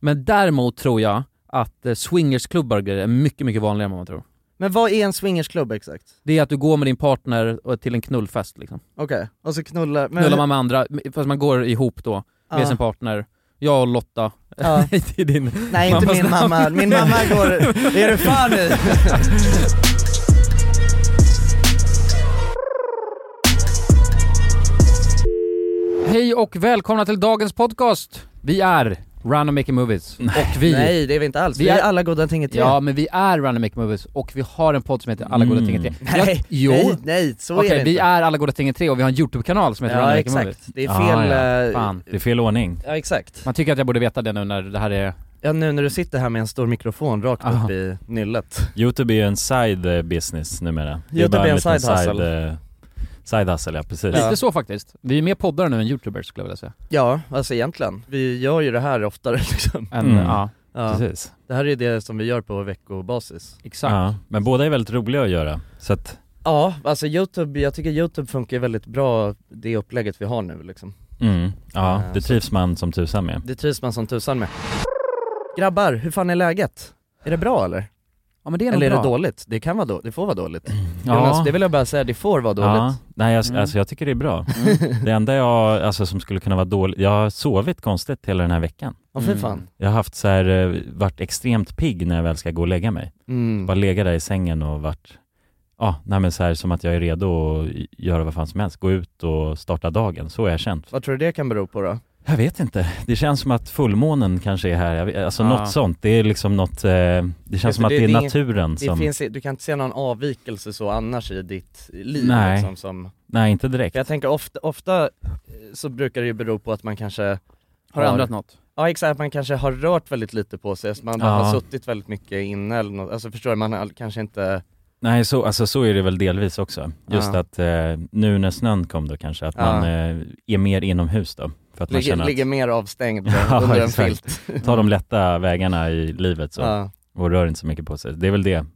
Men däremot tror jag att eh, swingersklubbar och grejer är mycket, mycket vanligare än vad man tror. Men vad är en swingersklubb exakt? Det är att du går med din partner och- till en knullfest liksom. Okej, och så knullar... men- Knullar man med andra, fast man går ihop då, med Ja. sin partner. Jag och Lotta. Ja. Nej, det är din. Nej inte Mammas min namn. mamma, min mamma går... Det är du fan i! Hej och välkomna till dagens podcast! Vi är Random Making Movies. och vi... Nej det är vi inte alls, Vi vi är är- alla goda ting i tre. Ja men vi är Random Making Movies och vi har en podd som heter Alla Goda Mm. Ting i Tre. Jag- Nej, Jo. nej, nej, så Okej, är det vi inte. är Alla Goda Ting i Tre och vi har en YouTube-kanal som heter Random Ja Making Movies. exakt, det är Ah, fel... ja. eh, Fan. Det är fel ordning. ja exakt. Man tycker att jag borde veta det nu när det här är... Ja nu när du sitter här med en stor mikrofon rakt upp Aha. i nyllet. Youtube är ju en side eh, business numera. Det Youtube bara är en liten side hustle. Side, eh, side hustle ja, precis. Ja. Lite så faktiskt. Vi är mer poddare nu än YouTubers skulle jag vilja säga. Ja, alltså egentligen. Vi gör ju det här oftare liksom. Än, Mm. ja, Ja. Precis. Det här är ju det som vi gör på veckobasis. exakt. Ja. Men båda är väldigt roliga att göra. Så att, Ja, alltså youtube, jag tycker youtube funkar väldigt bra, det upplägget vi har nu liksom. mm, ja, Ja, det så- trivs man som tusan med. Det trivs man som tusan med. Grabbar, hur fan är läget? Är det bra eller? Ja men det är nog Eller är det bra. dåligt? Det kan vara dåligt, det får vara dåligt. Jonas, Mm. Ja. det vill jag bara säga, det får vara Ja, dåligt. Mm. nej jag, Mm. alltså, jag tycker det är bra. Det enda jag, alltså som skulle kunna vara dåligt, jag har sovit konstigt hela den här veckan. Ja, fy Mm. fan. Jag har haft så här, eh, varit extremt pigg när jag väl ska gå och lägga mig. Mm. Bara lega där i sängen och varit, ja, nej men så här som att jag är redo att göra vad fan som helst. Gå ut och starta dagen, så har jag känt. Vad tror du det kan bero på då? Jag vet inte. Det känns som att fullmånen kanske är här. Jag vet- Alltså Ja. något sånt. Det är liksom något, eh, det för känns som att det- det är det är- naturen Det som... finns, i- du kan inte se någon avvikelse så annars i ditt liv Nej. liksom som... Nej, inte direkt. För jag tänker ofta, ofta eh, så brukar det ju bero på att man kanske Har du ändrat något? Ja exakt, man kanske har rört väldigt lite på sig, så man bara Ja. har suttit väldigt mycket inne eller något, alltså förstår du, man har kanske inte, Nej, så, alltså, så är det väl delvis också. Just Ja. att eh, nu när snön kom då kanske, att Ja. man eh, är mer inomhus då. För att man ligger, känner att ligger mer avstängd Ja, under en exakt. filt. ta de lätta vägarna i livet så, Ja. och rör inte så mycket på sig. Det är väl det.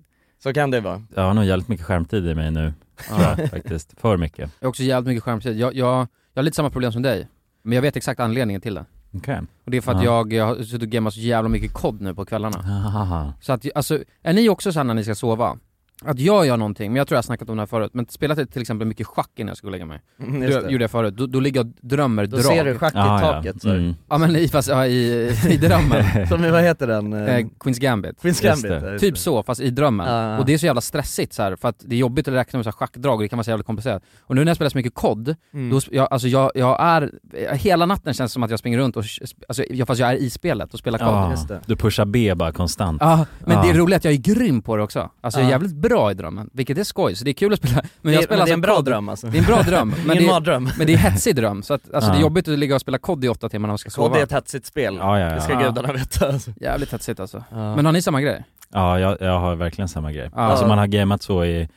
Så kan det vara. Jag har nog jävligt mycket skärmtid i mig nu, tror Ja. jag, faktiskt. För mycket. Jag har också jävligt mycket skärmtid. Jag, jag, jag har lite samma problem som dig. Men jag vet exakt anledningen till det. Okej. Och det är för att Ja. jag, jag har suttit och gamat så jävla mycket kod nu på kvällarna. Hahaha. Så att, alltså, är ni också såhär när ni ska sova? Att jag gör någonting, men jag tror jag har snackat om det här förut, men spelat till exempel mycket schack innan jag skulle gå och lägga mig. Mm, Det Just det. gjorde jag förut, då, då ligger jag och drömmer Då drag. ser du schack i Ah, taket så. ja. Mm. Ja men i, fast, ja, i, i drömmen. Som i, vad heter den? Eh, eh, Queens Gambit. Queen's just Gambit? eh, det. ja, just Typ det. så, fast i drömmen. Ja, ja. Och det är så jävla stressigt så här, för att det är jobbigt att räkna med så här schackdrag och det kan vara så jävla komplicerat. Och nu när jag spelar så mycket kod, Mm. då, sp- jag, alltså jag, jag är, hela natten känns det som att jag springer runt och, alltså, jag, fast jag är i spelet och spelar kod. Ja, Just det. du pushar B bara konstant. Ja, men Ja. det är roligt att jag är grym på det också. Alltså jag Ja. är jävligt bra i drömmen, vilket är skoj, så det är kul att spela. Men det, jag är- spelar men det är alltså en bra kod- dröm alltså. Det är en bra dröm, men, det Ingen är, mardröm. men det är hetsig dröm. Så att, alltså, det är Ja. jobbigt att ligga och spela kod i åtta timmar när man ska Kod sova. är ett hetsigt spel, Ja, ja, det ja. ska Ja. gudarna veta alltså. Jävligt hetsigt alltså. Ja. Men har ni samma grej? ja jag, jag har verkligen samma grej. Ja. Alltså man har gamat så i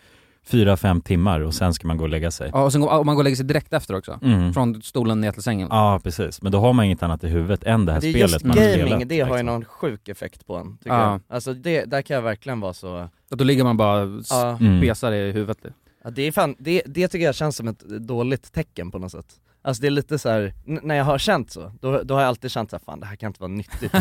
fyra, fem timmar och sen ska man gå och lägga sig. Ja, och sen går, och man går och lägger sig direkt efter också. Mm. Från stolen ner till sängen. Ja, precis. Men då har man inget annat i huvudet än det här det är spelet just man har gaming, spelat. det har ju liksom. någon sjuk effekt på en, tycker Ja. jag. Alltså det, där kan jag verkligen vara så, Och då ligger man bara ja. ja. Mm. besar i huvudet. Ja, det, är fan, det, det tycker jag känns som ett dåligt tecken på något sätt. Alltså det är lite så här, n- när jag har känt så, då, då har jag alltid känt så här, fan det här kan inte vara nyttigt.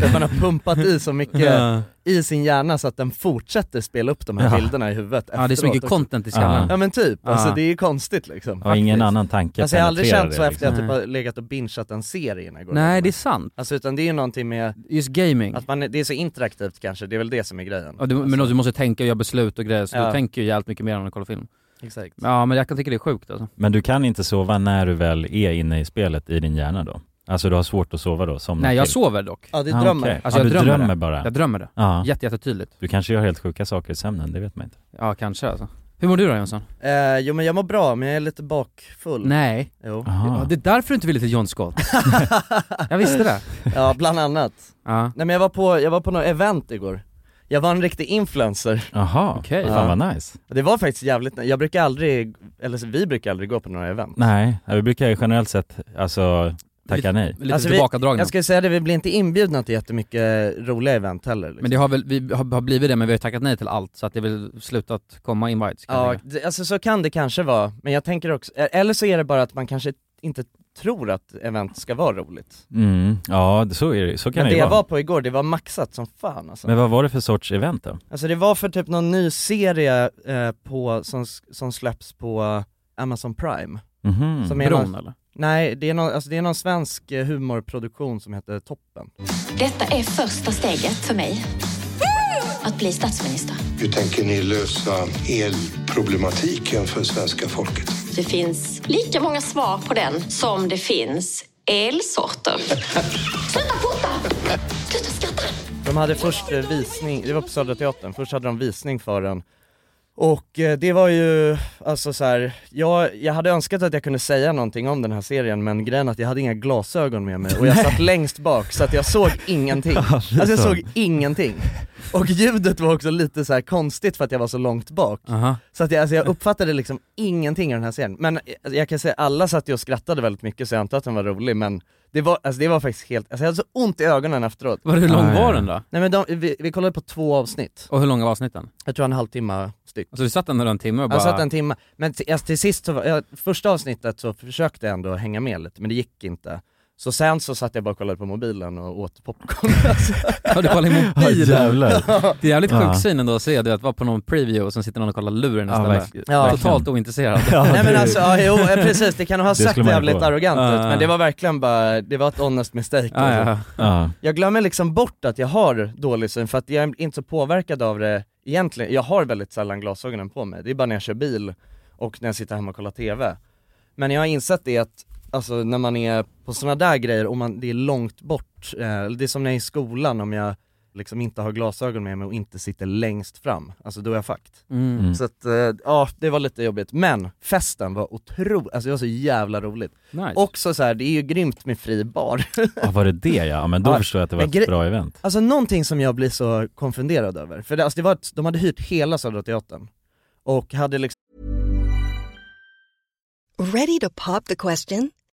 För man har pumpat i så mycket Ja. i sin hjärna så att den fortsätter spela upp de här Ja. bilderna i huvudet Ja, det är så efteråt mycket också. content i skallen. Ja men typ, alltså Ja. det är ju konstigt liksom. Jag har ingen faktiskt. annan tanke Alltså jag har aldrig penetrerar känt så det, liksom. efter att jag typ har Nej. legat och bingeat en serie när jag går liksom. Nej, det är det... sant. Alltså utan det är ju någonting med, Just gaming. att man, är- det är så interaktivt kanske, det är väl det som är grejen. Ja, du, men alltså, du måste tänka och göra beslut och grejer, så Ja. du tänker ju jävligt mycket mer än att kolla film. Exakt. Ja men jag kan tycka det är sjukt alltså. Men du kan inte sova när du väl är inne i spelet i din hjärna då? Alltså du har svårt att sova då? Somna Nej jag till. sover dock. Ja det Ah, drömmer. okej. Alltså, ja, jag du drömmer drömmer, det. bara? Jag drömmer det. Ja. Jätte, jättetydligt. Du kanske gör helt sjuka saker i sömnen, det vet man inte. Ja kanske alltså. Hur mår du då Jonsson? Mm. Eh, jo men jag mår bra, men jag är lite bakfull. Nej. Jo. Aha. Ja, det är därför du inte ville till John Scott. jag visste det. Ja, bland annat. Ja. Nej men jag var på, jag var på något event igår. Jag var en riktig influencer. Jaha, Okej. fan vad nice. Det var faktiskt jävligt, jag brukar aldrig, eller så, vi brukar aldrig gå på några event. Nej, vi brukar ju generellt sett alltså tacka nej. Lite Alltså, vi- tillbakadragna. Jag ska säga det, vi blir inte inbjudna till jättemycket roliga event heller. Liksom. Men det har väl, vi har, har blivit det men vi har ju tackat nej till allt så att det har väl slutat komma invites kan jag Ja, tänka. e, det, alltså så kan det kanske vara, men jag tänker också, eller så är det bara att man kanske inte tror att event ska vara roligt. Mm. Ja, det- så är det Så kan Men det det ju jag vara. var på igår, det var maxat som fan alltså. Men vad var det för sorts event då? Alltså det var för typ någon ny serie eh, på, som, som släpps på Amazon Prime. Mhm. Som är någon, Bron eller? nej, det är någon, alltså det är någon svensk eh, humorproduktion som heter Toppen. Detta är första steget för mig. Att bli statsminister. Hur tänker ni lösa elproblematiken för svenska folket? Det finns lika många svar på den som det finns elsorter. Sluta putta! Sluta skratta! De hade först eh, visning, det var på Södra Teatern, först hade de visning för den och eh, det var ju, alltså så här, jag, jag hade önskat att jag kunde säga någonting om den här serien men grejen är att jag hade inga glasögon med mig och jag satt längst bak så att jag såg ingenting. Alltså jag såg ingenting. Och ljudet var också lite så här konstigt för att jag var så långt bak. Aha. Så att jag, alltså jag uppfattade liksom ingenting i den här scenen. Men jag, jag kan säga, alla satt ju och skrattade väldigt mycket så jag antar att den var rolig men det var, alltså det var faktiskt helt, alltså jag hade så ont i ögonen efteråt. Var, hur lång Ah, ja. var den då? Nej men de, vi, vi kollade på två avsnitt, Och hur långa var avsnitten? jag tror en halvtimme styck. Alltså du satt ändå en timme och bara... Jag satt en timme, men till, alltså, till sist så, var- jag, första avsnittet så försökte jag ändå hänga med lite, men det gick inte. Så sen så satt jag bara och kollade på mobilen och åt popcorn. Alltså, Har du kollat i Ja, mobilen? jävlar. liksom det är jävligt Ja. sjuk syn ändå att se du vet, vara på någon preview och sen sitter någon och kollar luren Ja, istället. verkligen. Ja. Verkligen. Totalt ointresserad. Ja, Nej men det- alltså, ja, jo, ja, precis, det kan ha skulle sett man ju jävligt få. arrogant ut, Ah. men det var verkligen bara, det var ett honest mistake. Ah, alltså. ja. Ja. Jag glömmer liksom bort att jag har dålig syn för att jag är inte så påverkad av det egentligen. Jag har väldigt sällan glasögonen på mig, det är bara när jag kör bil och när jag sitter hemma och kollar TV. Men jag har insett det att, alltså när man är på sådana där grejer och man, det är långt bort, eh, det är som när jag är i skolan om jag liksom inte har glasögon med mig och inte sitter längst fram, alltså då är jag fakt. Mm. Mm. Så att, eh, ja det var lite jobbigt. Men festen var otroligt, alltså det var så jävla roligt. Nice. Också så här, det är ju grymt med fri bar. Ja, var det det ja? ja men då Ja, förstår jag att det var men ett gre- bra event. Alltså någonting som jag blir så konfunderad över, för det, alltså, det var att de hade hyrt hela Södra Teatern och hade liksom Ready to pop the question?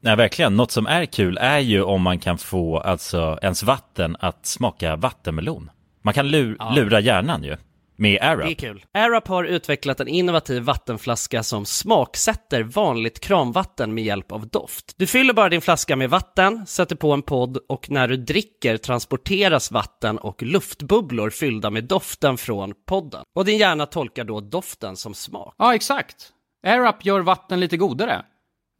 Nej, verkligen. Något som är kul är ju om man kan få alltså ens vatten att smaka vattenmelon. Man kan lu- lura hjärnan ju med Det är AirUp. kul. Airap har utvecklat en innovativ vattenflaska som smaksätter vanligt kranvatten med hjälp av doft. Du fyller bara din flaska med vatten, sätter på en podd och när du dricker transporteras vatten och luftbubblor fyllda med doften från podden. Och din hjärna tolkar då doften som smak. Ja, exakt. AirUp gör vatten lite godare,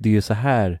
det är ju så här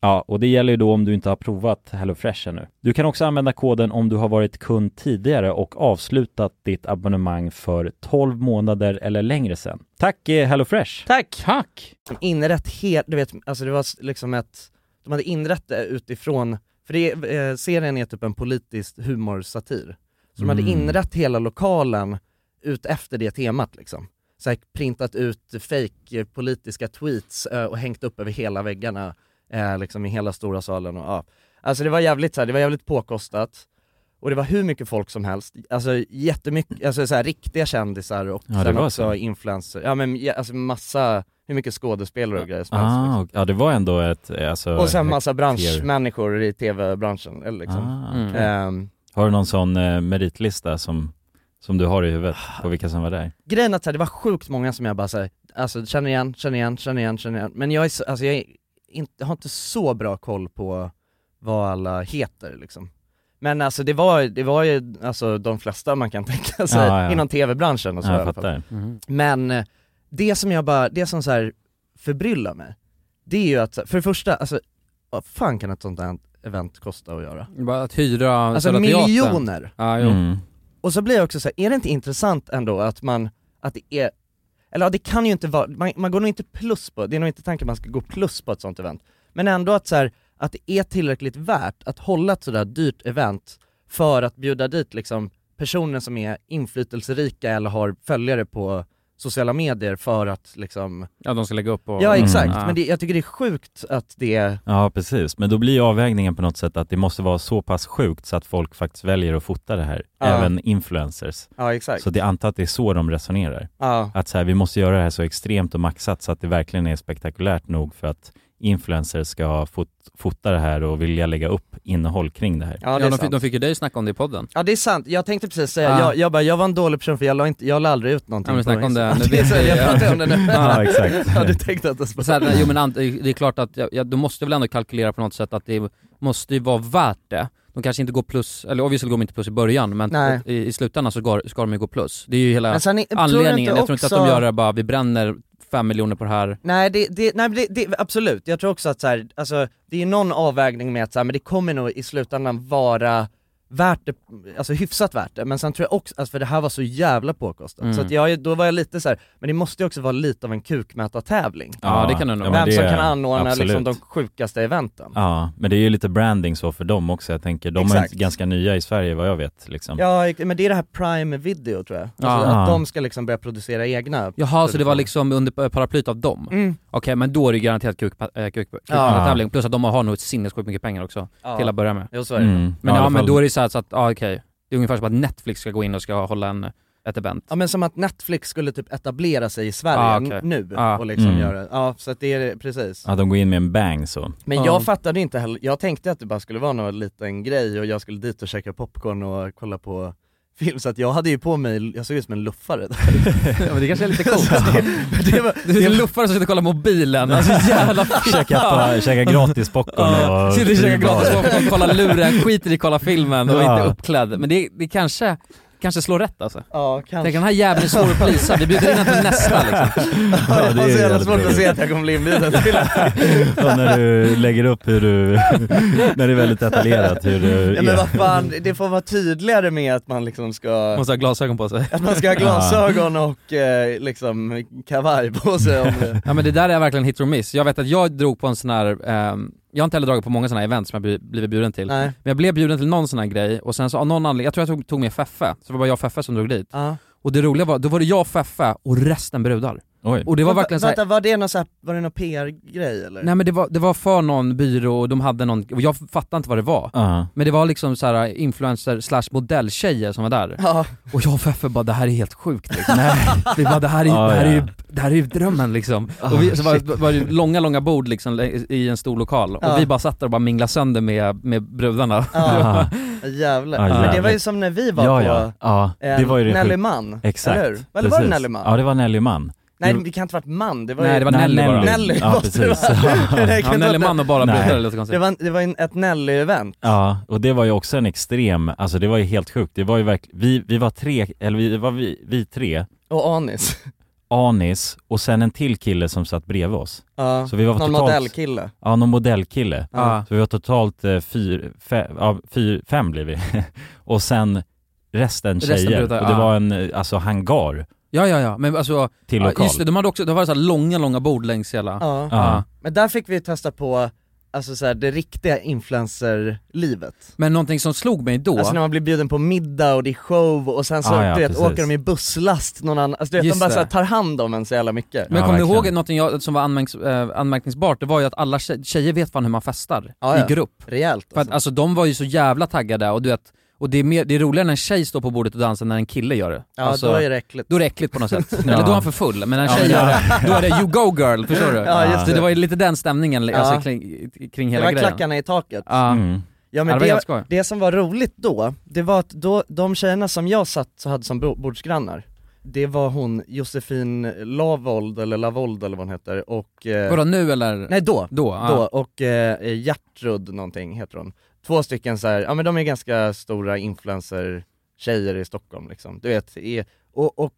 Ja, och det gäller ju då om du inte har provat HelloFresh ännu. Du kan också använda koden om du har varit kund tidigare och avslutat ditt abonnemang för 12 månader eller längre sedan. Tack eh, HelloFresh! Tack! Tack! Inrett helt, du vet, alltså det var s- liksom ett, de hade inrett det utifrån, för det, är- eh, serien är typ en politisk humorsatir. Så de hade Mm. inrett hela lokalen ut efter det temat liksom. Så här, printat ut fake eh, politiska tweets eh, och hängt upp över hela väggarna, eh, liksom i hela stora salen och ja. Alltså det var jävligt så här, det var jävligt påkostat. Och det var hur mycket folk som helst, alltså jättemycket, alltså så här, riktiga kändisar och Ja, det sen var också så. influencer, ja men ja, alltså massa, hur mycket skådespelare och grejer som helst. liksom. Ah, och- ja det var ändå ett, eh, alltså, Och sen massa högt tier. branschmänniskor i tv-branschen, eller liksom. Ah. Mm. Ehm, Har du någon sån eh, meritlista som, som du har i huvudet på vilka som var där? grejen är att så här, det var sjukt många som jag bara säger, alltså känner igen, känner igen, känner igen, känner igen. Men jag, är, så- alltså, jag är inte, har inte så bra koll på vad alla heter liksom. Men alltså det var, det var ju alltså, de flesta man kan tänka sig Ja, ja. inom tv-branschen och så Ja, jag i alla fall. fattar. Mhm. Men eh, det som jag bara, det som så här förbryllar mig, det är ju att, så här, för det första, alltså vad fan kan ett sånt här event kosta att göra? Bara att hyra Alltså Södra Teatern. miljoner! Ja, jo. Mm. Och så blir jag också så här, är det inte intressant ändå att man, att det är, eller ja, det kan ju inte vara, man, man går nog inte plus på, det är nog inte tanken att man ska gå plus på ett sånt event. Men ändå att så här, att det är tillräckligt värt att hålla ett sådär dyrt event för att bjuda dit liksom personer som är inflytelserika eller har följare på sociala medier för att liksom Ja de ska lägga upp och... Mm. Ja exakt, Mm. ja. men det, jag tycker det är sjukt att det Ja precis, men då blir ju avvägningen på något sätt att det måste vara så pass sjukt så att folk faktiskt väljer att fota det här, Ja. även influencers. Ja, exakt. Så det jag antar att det är så de resonerar. Ja. Att så här, vi måste göra det här så extremt och maxat så att det verkligen är spektakulärt nog för att influencers ska fot fota det här och vilja lägga upp innehåll kring det här. Ja, de, fick, de fick ju dig snacka om det i podden. Ja det är sant, jag tänkte precis säga, Ja. jag, jag, bara, jag var en dålig person för jag la, inte, jag la aldrig ut någonting Ah. Ja, men på snacka om det, Instagram. nu vet är så här, vi- Jag pratar om det nu Ja, exakt. Ja du tänkte att det skulle Så här, jo men Ant- det är klart att, ja, ja, du måste väl ändå kalkylera på något sätt att det måste ju vara värt det. De kanske inte går plus, eller obviously går de inte plus i början men Nej. i, i slutändan så går, ska de ju gå plus. Det är ju hela Men sen är- tror du anledningen. inte Jag tror inte att också- de gör det bara, vi bränner fem miljoner på det här. Nej, det, det, nej men det, det, absolut, jag tror också att så här, alltså, det är ju någon avvägning med att så här, men det kommer nog i slutändan vara värt det, alltså hyfsat värt det, men sen tror jag också, alltså, för det här var så jävla påkostat, Mm. så att jag, då var jag lite så här, men det måste ju också vara lite av en kukmätartävling. Ja, det kan det nog vara. Vem som Det- kan anordna liksom, absolut. de sjukaste eventen. Ja, men det är ju lite branding så för dem också. Jag tänker, de är Exakt. ju ganska nya i Sverige vad jag vet. Liksom. Ja, ex- men det är det här Prime Video tror jag. Alltså Ja. att de ska liksom börja producera egna. Jaha, så det var liksom under paraplyt av dem? Mm. Okej, men då är det ju garanterat kuk, äh, kuk, kukmätartävling. Plus att de har nog sinnessjukt mycket pengar också, Ja. till att börja med. Jo, så är det. Mm. Men Ja, i ja, alla men fall. då är det så, här, så att, ja okej. Det är ungefär som att Netflix ska gå in och ska hålla en, ett event. Ja men som att Netflix skulle typ etablera sig i Sverige Ah, okej. n- nu Ah. och liksom Mm. göra, ja så att det är precis. Ja, de går in med en bang så. Men jag fattade inte heller, jag tänkte att det bara skulle vara någon liten grej och jag skulle dit och käka popcorn och kolla på film, så att jag hade ju på mig, jag såg ut som en luffare där. Ja, men det kanske är lite coolt. det, det var, Du är en luffare som sitter och kollar mobilen, alltså jävla Käka, på, käka gratis popcorn Ja, och Sitter och käkar fribad. gratis popcorn, kollar luren, skiter i att kolla filmen och Ja. inte uppklädd. Men det, det kanske, kanske slår rätt alltså. Ja, kanske. Tänk den här jäveln är svår att plisa, vi bjuder in honom till nästa liksom. Ja, det var så jävla jävligt svårt bra. att se att jag kommer bli inbjuden till det. Ja, när du lägger upp hur du, när det är väldigt detaljerat hur du Ja, men vad fan, det får vara tydligare med att man liksom ska... Måste ha glasögon på sig. Att man ska ha glasögon och eh, liksom kavaj på sig om det. Ja men det där är verkligen hit och miss. Jag vet att jag drog på en sån här, ehm, jag har inte heller dragit på många såna här event som jag bli- blivit bjuden till. Nej. Men jag blev bjuden till någon sån här grej och sen så av någon anledning, jag tror jag tog, tog med Feffe, så det var bara jag och Feffe som drog dit. Ja. Och det roliga var, då var det jag, Feffe och resten brudar. Oj. Och det var verkligen så här, Vänta, var det någon, så här, var det någon PR-grej eller? nej men det var, det var för någon byrå och de hade någon, och jag fattade inte vad det var. Ja. Men det var liksom så här influencer slash modelltjejer som var där. Ja. Och jag och Feffe bara det här är helt sjukt liksom. Vi bara det här är ju, Ah, det här är ja. ju, det här är ju drömmen liksom. Ah, och vi, så var, var det ju långa, långa bord liksom i en stor lokal. Ja. Och vi bara satt där och bara minglade sönder med, med Ah, brudarna. Ja, jävlar. Ja, Men det var jävlar. ju som när vi var ja, på ja. ja. eh, Det var ju det Nelly sjukt. Mann, Exakt. eller hur? Eller var det Precis. Nelly Mann? Ja det var Nelly Mann. Nej det- det kan inte varit man, det var Nej, ju... det var Nelly bara. Nelly Ja måste det precis. vara. Det kan Ja, inte Nelly vara- man och bara Nej. brudar det låter Det konstigt. var, det var en, ett Nelly-event. Ja, och det var ju också en extrem, alltså det var ju helt sjukt. Det var ju verkligen, vi, vi var tre, eller vi det var vi, vi tre, Och Anis. Anis och sen en till kille som satt bredvid oss. Ja. Så vi var Någon totalt- modellkille. Ja, någon modellkille. Ja. Så vi var totalt eh, fyr, fe, ja, fyr, fem blev vi. och sen resten Resten tjejer. brudar, och det ja. var en, eh, alltså hangar Ja ja ja, men alltså, till ja, lokal. just det, de hade också, det var så här långa, långa bord längs hela. Ja. Ja. Men där fick vi ju testa på, alltså så här, det riktiga influencer-livet. Men någonting som slog mig då, Alltså när man blir bjuden på middag och det är show och sen så Ah, ja, du vet, precis. åker de i busslast någon annan, alltså du vet, Just de bara det. så här, tar hand om en så jävla mycket. men Ja, kommer ni verkligen. ihåg någonting jag, som var anmärknings, eh, anmärkningsbart? Det var ju att alla tje- tjejer vet fan hur man festar Ah, Ja, ja. i grupp. Rejält För att, alltså. alltså de var ju så jävla taggade och du vet, och det är, mer, det är roligare när en tjej står på bordet och dansar än när en kille gör det. Ja alltså, då är det äckligt. då är det äckligt på något sätt. Ja. Eller då är han för full, men när en Ja, tjej men- gör det, då är det you go girl, förstår du? Ja, just Så det det. var ju lite den stämningen alltså, Ja. kring, kring Det hela var grejen. klackarna i taket. Ja. Mm. Ja Ja, det men var det, jävligt skoj. det som var roligt då, det var att då, de tjejerna som jag satt så hade som bo- bordsgrannar, det var hon Josefin Lavold eller Lavold eller vad hon heter och... Eh, Vadå nu eller? Nej då, Då? då, Ja. och eh, Gertrud någonting heter hon. Två stycken så här, ja men de är ganska stora influencer-tjejer i Stockholm liksom. Du vet, är, och, och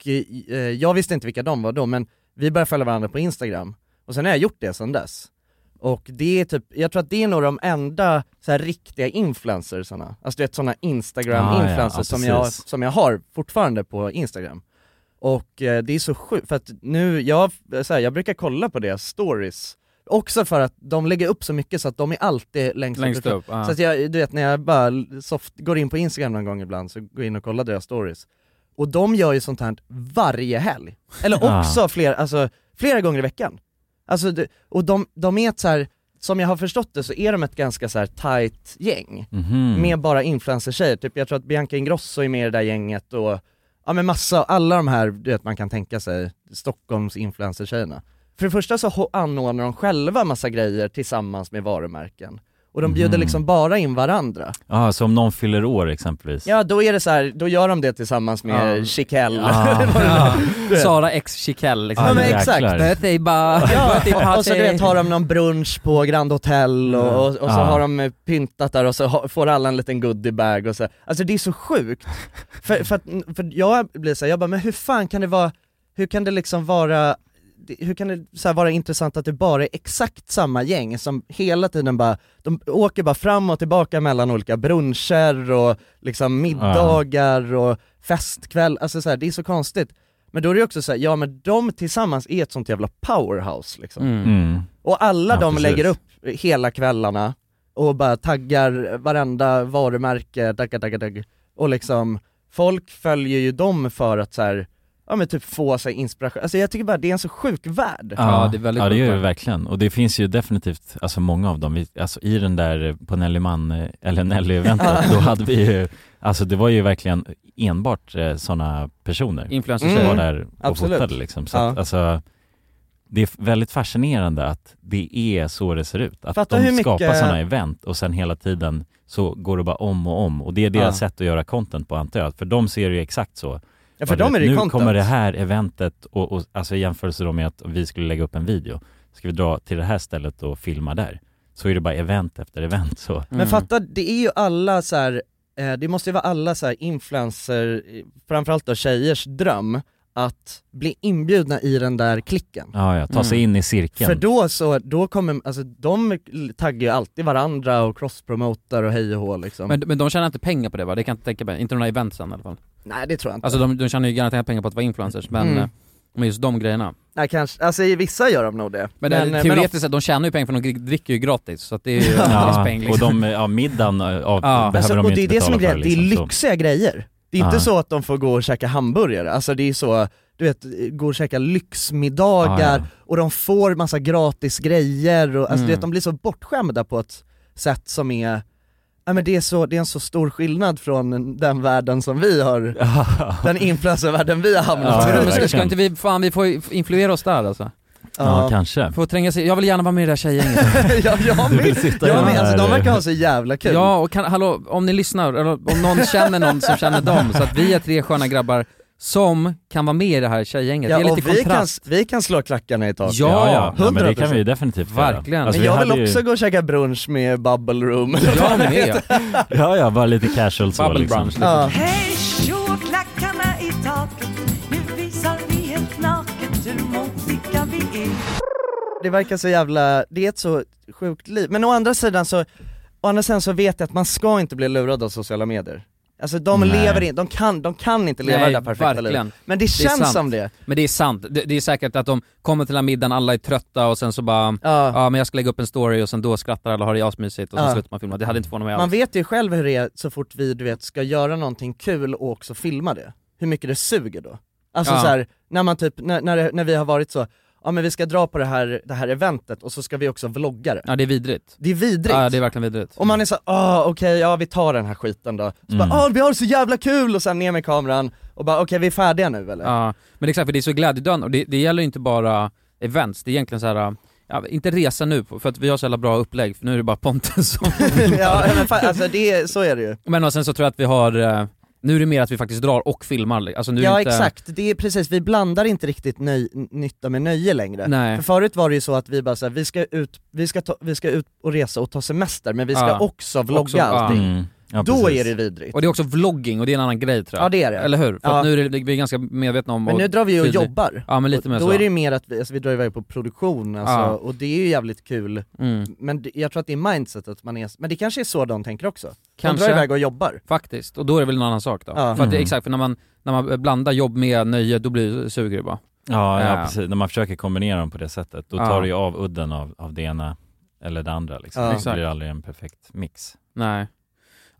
eh, jag visste inte vilka de var då men vi började följa varandra på Instagram och sen har jag gjort det sen dess. Och det är typ, jag tror att det är nog de enda så här riktiga influencersarna, alltså du vet sådana Ah, ja, Instagram-influencers ja, som, jag, precis. som jag har fortfarande på Instagram. Och eh, det är så sjukt, för att nu, jag, så här, jag brukar kolla på deras stories, också för att de lägger upp så mycket så att de är alltid längst, Längst upp? Ja. Så att jag, du vet när jag bara soft, går in på Instagram någon gång ibland så går jag in och kollar deras stories. Och de gör ju sånt här varje helg. Eller Ja. också fler, alltså, flera gånger i veckan. Alltså, det- och de, de är ett så här, som jag har förstått det så är de ett ganska så här tight gäng. Mhm. Med bara influencertjejer, typ jag tror att Bianca Ingrosso är med i det där gänget och ja men massa, alla de här du vet man kan tänka sig, Stockholms influencertjejerna. För det första så ho- anordnar de själva massa grejer tillsammans med varumärken. Och de bjuder Mhm. liksom bara in varandra. Ja, så om någon fyller år exempelvis. Ja då är det så här, då gör de det tillsammans med Ja. Chiquel. Ah. Ja. Sara X Chiquel liksom. Ja, men jäklar. exakt. Birthday ba, Ja, birthday party. och så du vet, har de någon brunch på Grand Hotel och, och, och så Ja. har de eh, pyntat där och så ha, får alla en liten goodiebag och så. Alltså det är så sjukt. för, för, att, för jag blir så här, jag bara, men hur fan kan det vara, hur kan det liksom vara det- hur kan det så här vara intressant att det bara är exakt samma gäng som hela tiden bara, de åker bara fram och tillbaka mellan olika bruncher och liksom middagar och festkväll, alltså så här, det är så konstigt. Men då är det ju också så här, ja men de tillsammans är ett sånt jävla powerhouse liksom. Mm. Mm. Och alla Ja, de precis. lägger upp hela kvällarna och bara taggar varenda varumärke, taggar, taggar, taggar. Och liksom, folk följer ju dem för att så här, ja men typ få sig inspiration. Alltså jag tycker bara det är en så sjuk värld. Ja, det är väldigt ja, det gör sjukt. det verkligen. Och det finns ju definitivt, alltså många av dem, vi, alltså i den där eh, på Nelly Mann, eh, eller Nelly-eventet, då hade vi ju, alltså det var ju verkligen enbart sådana personer Influencers som Mm. var där och absolut. fotade liksom. Så att, Ja. alltså, det är f- väldigt fascinerande att det är så det ser ut. Att Fatta de hur skapar mycket- sådana event och sen hela tiden så går det bara om och om. Och det är deras sätt att göra content på antar jag, för de ser ju exakt så. Ja, Ja, för du dem vet, är det ju nu content. kommer det här eventet och, och alltså i jämförelse då med att vi skulle lägga upp en video, ska vi dra till det här stället och filma där? Så är det bara event efter event så. Men fatta, det är ju alla så här eh, det måste ju vara alla så här influencer, eh, framförallt då tjejers dröm, att bli inbjudna i den där klicken. Ja, ja, ta sig in i cirkeln. Mm. För då så, då kommer, alltså de taggar ju alltid varandra och crosspromotar och hej och hå liksom. Men, men de tjänar inte pengar på det va? Det kan jag inte tänka mig, inte de där eventsen i alla fall Nej det tror jag inte. Alltså de, de tjänar ju garanterat pengar på att vara influencers men, Mm. eh, men just de grejerna Nej kanske, alltså i vissa gör de nog det. Men, eh, eh, teoretiskt ofta- sett, de tjänar ju pengar för de gr- dricker ju gratis så att det är ju Ja, gratis peng och liksom. de, ja, middagen eh, av, behöver alltså, de och ju det är inte det som är betala grejen, för, det är liksom, så. lyxiga grejer. Det är inte Ah. så att de får gå och käka hamburgare, alltså det är så, du vet, gå och käka lyxmiddagar Ah, ja. och de får massa gratis grejer och alltså, Mm. du vet, de blir så bortskämda på ett sätt som är Ja, men det, är så, det är en så stor skillnad från den världen som vi har, den influencervärlden vi har hamnat i. Ska, men ska, ska inte vi, fan vi får ju influera oss där alltså Ja, kanske. Får tränga sig, jag vill gärna vara med i det där tjejgänget ja, jag Du med, vill sitta i jag den med. Alltså, de här, verkar ha så jävla kul. Ja och kan, hallå, om ni lyssnar, eller om någon känner någon som känner dem, så att vi är tre sköna grabbar som kan vara med i det här tjejgänget, det är Ja, och lite vi kan, kontrast vi kan slå klackarna i taket. Ja, ja, ja, men det kan vi ju 100%. definitivt göra. Verkligen. Alltså, men vi jag vill hade ju- också gå och käka brunch med Bubble Room. Jag med! Ja, ja, bara lite casual så Bubble liksom. brunch, lite Ja. Hej tjo och klackarna i taket Nu visar vi helt naket hur modiga vi er. är Det verkar så jävla, det är ett så sjukt liv. Men å andra sidan så, å andra sidan så vet jag att man ska inte bli lurad av sociala medier. Alltså de Nej. lever inte, de kan, de kan inte leva det där perfekta livet. Men det känns sant. som det. Men det är sant, det, det är säkert att de kommer till den här middagen, alla är trötta och sen så bara ja. men jag ska lägga upp en story och sen då skrattar alla och har det asmysigt och sen Ja. slutar man filma, det hade inte förvånat mig Man alls. vet ju själv hur det är så fort vi du vet, ska göra någonting kul och också filma det, hur mycket det suger då. Alltså Ja. så här, när man typ, när, när, det, när vi har varit så, ja men vi ska dra på det här, det här eventet och så ska vi också vlogga det. Ja det är vidrigt. Det är vidrigt. Ja det är verkligen vidrigt. Och man är så här, ah okej, ja vi tar den här skiten då. Så Mm. bara, ah vi har det så jävla kul! Och sen ner med kameran och bara, okej vi är färdiga nu eller? Ja, men exakt för det är så glädjedödande och det, det gäller ju inte bara events, det är egentligen så här. Ja, inte resa nu, för att vi har så jävla bra upplägg, för nu är det bara Pontus som... ja men fan, alltså det, är- så är det ju. Men och sen så tror jag att vi har, eh, nu är det mer att vi faktiskt drar och filmar, alltså nu är Ja det inte... exakt, det är precis, vi blandar inte riktigt nöj, n- nytta med nöje längre. Nej. För förut var det ju så att vi bara så här, vi ska ut, vi ska, ta, vi ska ut och resa och ta semester men vi ska Ja. också vlogga Också- ja. allting. Mm. Ja, Då precis. är det vidrigt. Och det är också vlogging och det är en annan grej tror jag. Ja, det är det. Eller hur? För Ja. att nu är det, vi är ganska medvetna om Men och nu drar vi och tydlig- jobbar. Ja men lite Och mer Då så. är det ju mer att vi, alltså, vi drar iväg på produktion alltså, Ja. och det är ju jävligt kul. Mm. Men det, jag tror att det är mindsetet man är, men det kanske är så de tänker också. Kanske. De drar iväg och jobbar. Faktiskt, och då är det väl en annan sak då. Ja. För att det, Mm. exakt, för när man, när man blandar jobb med nöje då blir det suger det bara. Ja, ja, Eh, precis. När man försöker kombinera dem på det sättet, då tar Ja. det ju av udden av, av det ena eller det andra liksom. Ja. Det Exakt. blir aldrig en perfekt mix. Nej.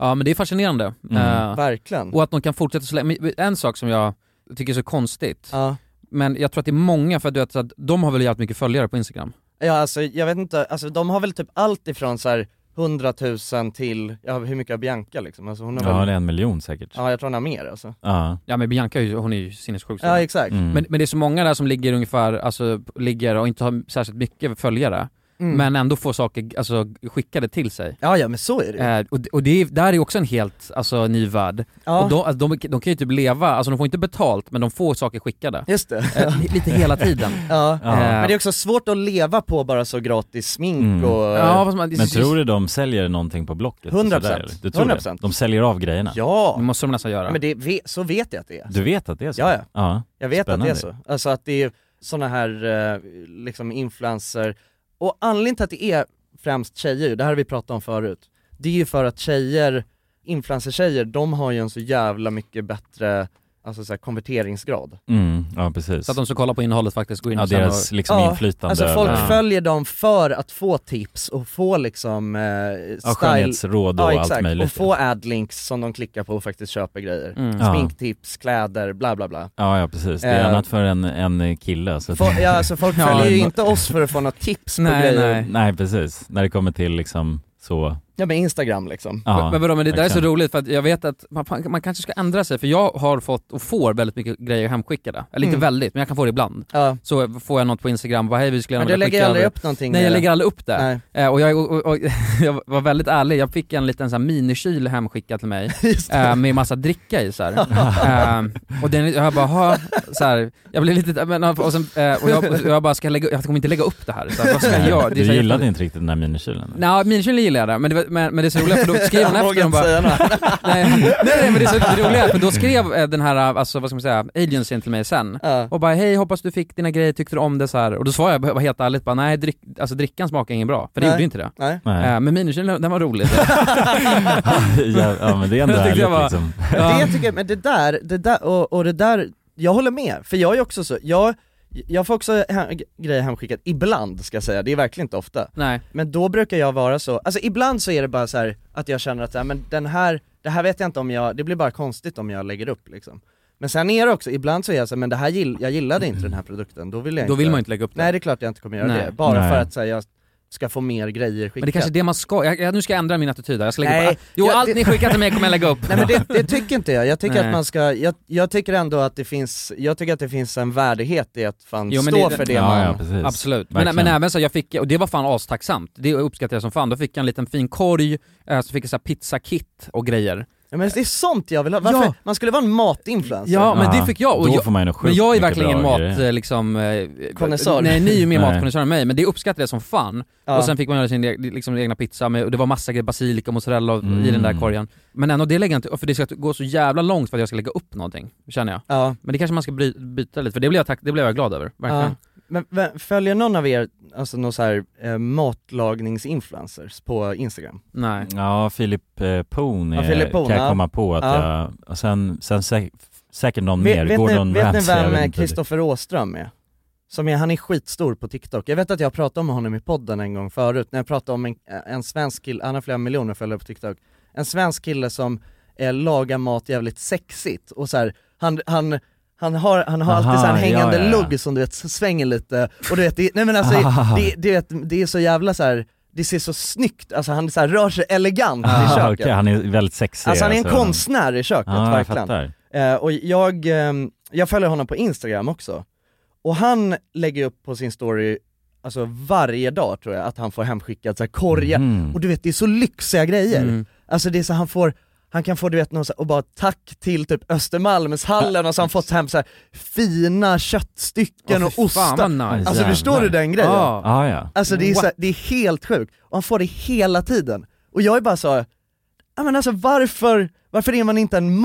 Ja men det är fascinerande. Mm. Eh, Verkligen. Och att de kan fortsätta så länge. Men- men En sak som jag tycker är så konstigt, Ja. men jag tror att det är många, för att du vet, så att de har väl jävligt mycket följare på Instagram? Ja alltså jag vet inte, alltså de har väl typ allt ifrån så här 100 000 till, ja hur mycket har Bianca liksom? Alltså hon har Ja, väl, det är en miljon säkert. ja jag tror hon har mer alltså. Ja. Ja men Bianca är ju, hon är ju sinnessjuk. Ja, exakt. Mm. Men, men det är så många där som ligger ungefär, alltså ligger och inte har särskilt mycket följare, Mm. men ändå får saker alltså, skickade till sig. Ja ja men så är det ju. Eh, och och det är, där är också en helt alltså, ny värld. Ja. Och de, alltså, de, de kan ju typ leva, alltså de får inte betalt men de får saker skickade. Just det. Eh, li- lite hela tiden. Eh, Ja. Ja. Men det är också svårt att leva på bara så gratis smink Mm. och... Men tror du de säljer någonting på Blocket? 100%. Sådär, eller? Du tror 100%. det? De säljer av grejerna? Ja! Det måste de nästan göra. Men det, ve- så vet jag att det är. Du vet att det är så? Ja, ja. ja. Jag vet Spännande. att det är så. Alltså att det är sådana här eh, liksom influencer, och anledningen till att det är främst tjejer, det här har vi pratat om förut, det är ju för att tjejer, influencer-tjejer, de har ju en så jävla mycket bättre alltså så här, konverteringsgrad. Mm, ja precis. Så att de som kollar på innehållet faktiskt går in Ja, och sen deras och... liksom inflytande Alltså folk över- följer dem för att få tips och få liksom eh, style... skönhetsråd och ja, allt exakt. möjligt, och få adlinks som de klickar på och faktiskt köper grejer. Mm. Ja. Sminktips, kläder, bla bla bla. Ja, ja precis. Det är Eh, annat för en, en kille. Så att... Fo- ja, alltså folk följer ju inte oss för att få något tips på nej, grejer. nej. nej, precis. När det kommer till liksom så... Ja men Instagram liksom. Ja, men vadå, men det där är så verkligen. roligt för att jag vet att man, man, man kanske ska ändra sig för jag har fått och får väldigt mycket grejer hemskickade. Eller inte Mm. väldigt, men jag kan få det ibland. Ja. Så får jag något på instagram, bara hej vi skulle gärna Men du vilja lägger skicka aldrig över- upp någonting Nej med jag det. lägger aldrig upp det. Nej. Eh, och jag, och, och, jag var väldigt ärlig, jag fick en liten så här minikyl hemskickad till mig eh, med massa dricka i så här. eh, och den, jag bara, "Ha", så här, jag blev lite, men, och, sen, eh, och jag, och jag bara, ska jag, lägga, jag kommer inte lägga upp det här. Så här vad ska jag göra? Det är så Du här gillade jätte- inte riktigt den där minikylen? Nej, minikylen gillade jag, men det var, men, men det är så roliga för då skrev hon Jag vågar efter de bara, inte säga nej, nej, nej men det är så det roliga för då skrev eh, den här, alltså vad ska man säga, agencyn till mig sen och bara hej hoppas du fick dina grejer, tyckte du om det så här och då svarade jag bara helt ärligt bara nej drick, alltså drickan smakade inget bra, för det Nej. gjorde ju inte det. Nej. Nej. Eh, men minikylen, den var rolig. ja, ja men det är ändå Jag tyckte härligt jag var- liksom. Det tycker jag, men det där, det där och, och det där, jag håller med, för jag är också så, jag, jag får också he- grejer hemskickat ibland ska jag säga, det är verkligen inte ofta. Nej. Men då brukar jag vara så, alltså ibland så är det bara så här att jag känner att, ja, men den här, det här vet jag inte om jag, det blir bara konstigt om jag lägger upp liksom. Men sen är det också, ibland så är jag så här, men det här gill, jag gillade inte den här produkten, då vill jag Då inte vill man inte lägga upp det. Nej det är klart jag inte kommer göra Nej. det, bara Nej. för att så här, jag ska få mer grejer skickat. Men det kanske är det man ska, jag, jag, nu ska jag ändra min attityd där. jag ska lägga upp, ah, jo jag- allt det- ni skickar till mig kommer jag lägga upp. Nej men det, det tycker inte jag, jag tycker Nej. att man ska, jag, jag tycker ändå att det finns, jag tycker att det finns en värdighet i att fan Jo, men stå det- för det Ja, man... ja, precis. Absolut, men, Verkligen. men även så jag fick, och det var fan astacksamt, det uppskattar jag som fan. Då fick jag en liten fin korg, eh, så fick jag så här pizzakit och grejer. Ja, men det är sånt jag vill ha, varför? Ja. Man skulle vara en matinfluencer Ja men det fick jag, och då jag får man ju nog men sjukt jag är mycket verkligen ingen bra mat, grejer. eh, liksom... eh, Konnässör. Nej ni är ju mer Nej. matkonnässör än mig, men det uppskattade jag som fan. Ja. Och sen fick man göra sin e- liksom, egna pizza, med, och det var massa grejer, basilika, mozzarella och- i den där Mm. korgen. Men ändå, det lägger jag inte för det ska gå så jävla långt för att jag ska lägga upp någonting, känner jag. Ja. Men det kanske man ska bry, byta lite, för det blev jag, tack, det blev jag glad över, verkligen. Ja. Men, men följer någon av er, alltså någon så här eh, matlagningsinfluencers på instagram? Nej. Ja, Filip eh, Poon Ja, är- Philip Poon, kan jag ja. komma på att Ja. jag, och sen, sen säk, säkert någon mer, vet, Gordon ni, vet ni Ramsay, jag vem vet eh, inte. Kristoffer Åström är? Som är, han är skitstor på TikTok, jag vet att jag pratade om honom i podden en gång förut, när jag pratade om en, eh, en svensk kille, han har flera miljoner följare på TikTok, en svensk kille som eh, lagar mat jävligt sexigt och så här, han, han han har, han har Aha, alltid så här en hängande ja, ja, ja. lugg som du vet svänger lite, och du vet, det, nej men alltså Ah. det, det, vet, det är så jävla så här. det ser så snyggt, alltså han så här, rör sig elegant i Ah, köket okej, han är väldigt sexig Alltså han är en alltså. konstnär i köket, Ja, jag verkligen. fattar. Eh, och jag, ehm, jag följer honom på Instagram också, och han lägger upp på sin story Alltså varje dag tror jag att han får hemskickat så här korgar, Mhm. och du vet det är så lyxiga grejer. Mm. Alltså det är så han får, han kan få du vet någon så här, och bara tack till typ Östermalmshallen och så har han fått hem så här fina köttstycken Åh, och fy fan, ostar. vad nice. Alltså förstår du Jävlar. den grejen? Ja. Ah, ja. Alltså det är, så What? här, det är helt sjukt, och han får det hela tiden. Och jag är bara så, ja men alltså varför, varför är man inte en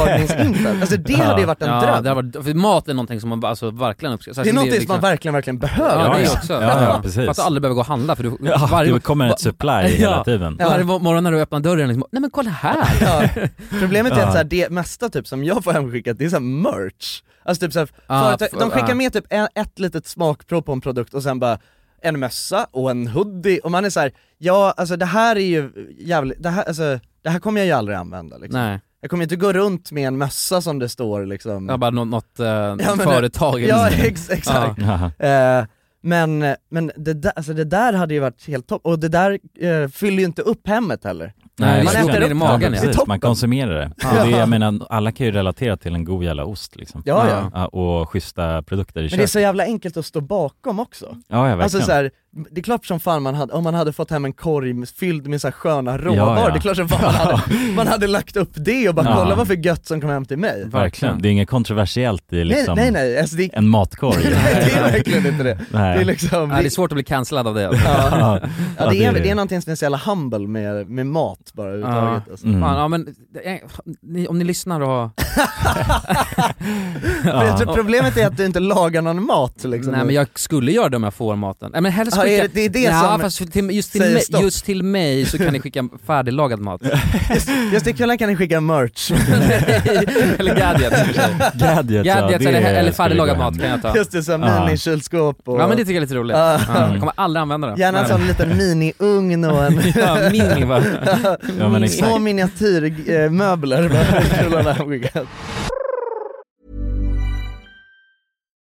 matlagningsinfluencer? Alltså det hade ju varit en ja, dröm. Det hade varit, för mat är någonting som man alltså, verkligen uppskattar. Det är Alltså, någonting som liksom- man verkligen, verkligen behöver. Ja, det är också. Ja, ja, precis. Fast du aldrig behöver gå och handla för du... Ja, det kommer ett supply hela tiden. Ja. Varje morgon när du öppnar dörren liksom, nej men kolla här! Ja. Problemet är Ja. att så här, det mesta typ som jag får hemskickat, det är så här merch. Alltså typ så här, Ah, företag, f- de skickar ah. med typ en, ett litet smakprov på en produkt och sen bara en mössa och en hoodie och man är så här, ja alltså det här är ju jävligt, det här, alltså, det här kommer jag ju aldrig använda liksom. Nej. Jag kommer inte gå runt med en mössa som det står liksom Ja, bara något, något eh, men det- företag Ja, ex- exakt. Ja. Eh, men men det, där, alltså det där hade ju varit helt topp, och det där eh, fyller ju inte upp hemmet heller. Nej, man verkligen. äter upp ja, det. precis, toppen. man konsumerar det. Ja. Och det jag menar, alla kan ju relatera till en god jävla ost liksom. Ja, ja. Och schyssta produkter i Men det är köket. så jävla enkelt att stå bakom också. Ja, ja, verkligen. Alltså så här, det är klart som fan man hade, om man hade fått hem en korg med- fylld med så här sköna råvaror, Ja, ja. det är klart som fan man hade, man hade lagt upp det och bara Ja. kolla vad för gött som kom hem till mig. Verkligen. Det är inget kontroversiellt i liksom nej, nej, alltså det- en matkorg. det är verkligen inte det. Nej. Det är liksom... Ja, det är svårt att bli cancellad av det. Mm. Ja. Ja, det, är, det. det är någonting som är så jävla humble med, med mat bara överhuvudtaget alltså. Fan, ja, men, det är- ni, om ni lyssnar och... Men jag tror problemet är att du inte lagar någon mat liksom. Nej men jag skulle göra det om jag får maten. Nej men helst Ja, skicka... är det- det är det ja, som fast till, just, till säger mig, stopp. just till mig så kan ni skicka färdiglagad mat. Just ikväll kan ni skicka merch. eller gadgets i och för sig. Gadgets, ja, Gadgets det eller, eller skulle färdiglagad gå mat hem. kan jag ta. Just det, så Ja. här minikylskåp och... Ja men det tycker jag är lite roligt. Ja. Ja, jag kommer aldrig använda det. Gärna en Nej. sån liten miniugn och en... Ja, mini va? Ja, men exakt. Små miniatyrmöbler.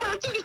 Gud,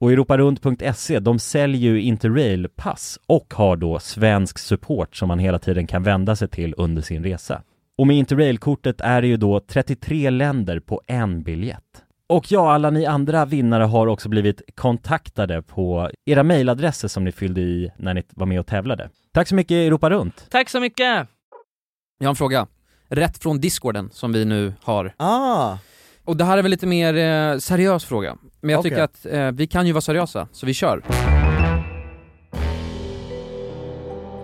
Och europarunt.se, E, de säljer ju Interrail-pass och har då svensk support som man hela tiden kan vända sig till under sin resa. Och med Interrail-kortet är det ju då 33 länder på en biljett. Och ja, alla ni andra vinnare har också blivit kontaktade på era mejladresser som ni fyllde i när ni var med och tävlade. Tack så mycket Europa Runt! Tack så mycket! Jag har en fråga. Rätt från discorden som vi nu har. Ah. Och det här är väl lite mer eh, seriös fråga. Men jag Okej. tycker att eh, vi kan ju vara seriösa, så vi kör.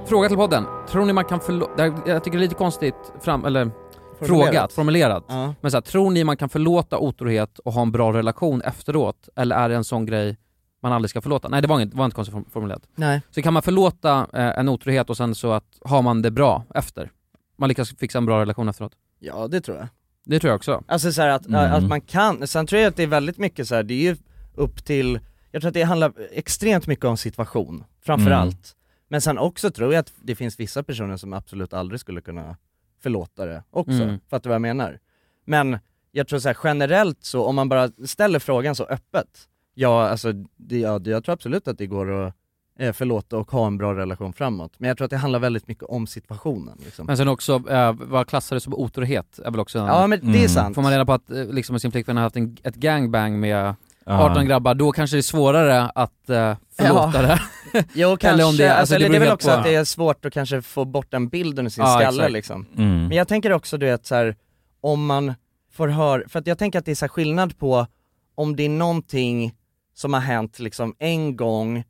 Fråga till podden. Tror ni man kan förlåta... Jag tycker det är lite konstigt fram... Eller Formulerat. frågat, formulerat. Ja. Men så här, tror ni man kan förlåta otrohet och ha en bra relation efteråt? Eller är det en sån grej man aldrig ska förlåta? Nej det var inte, var inte konstigt form- formulerat. Nej. Så kan man förlåta eh, en otrohet och sen så att har man det bra efter? Man lyckas fixa en bra relation efteråt? Ja det tror jag Det tror jag också. Alltså så här att, Mm. att man kan, sen tror jag att det är väldigt mycket så här, det är ju upp till, jag tror att det handlar extremt mycket om situation, framförallt. Mm. Men sen också tror jag att det finns vissa personer som absolut aldrig skulle kunna förlåta det också, Mm. fattar du vad jag menar? Men jag tror så här, generellt så, om man bara ställer frågan så öppet, ja alltså det, ja, det- jag tror absolut att det går att eh, förlåta och ha en bra relation framåt. Men jag tror att det handlar väldigt mycket om situationen liksom. Men sen också, eh, vad klassades som otrohet är väl också en, Ja, men det är Mm. sant. Får man reda på att eh, liksom, sin flickvän har haft en, ett gangbang med Ja. 18 grabbar, då kanske det är svårare att eh, förlåta Ja. det. Jo kanske, eller, om det, alltså, alltså, eller det det är beror väl helt också på. att det är svårt att kanske få bort den bilden ur sin Ja, skalle exakt. liksom. Mm. Men jag tänker också du vet så här, om man får höra, för att jag tänker att det är så här skillnad på om det är någonting som har hänt liksom en gång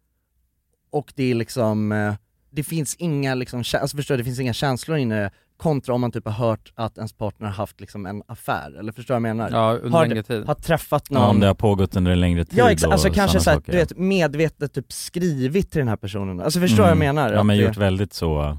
och det är liksom, eh, det finns inga liksom, kä- alltså förstår du, det finns inga känslor inne i det, kontra om man typ har hört att ens partner har haft liksom en affär, eller förstår du vad jag menar? Ja, under har, längre tid. Har träffat någon Ja, om det har pågått under en längre tid Ja exakt, och alltså kanske sådana såhär, saker. du vet medvetet typ skrivit till den här personen, alltså förstår Mm. vad jag menar? Ja Att men det- gjort väldigt så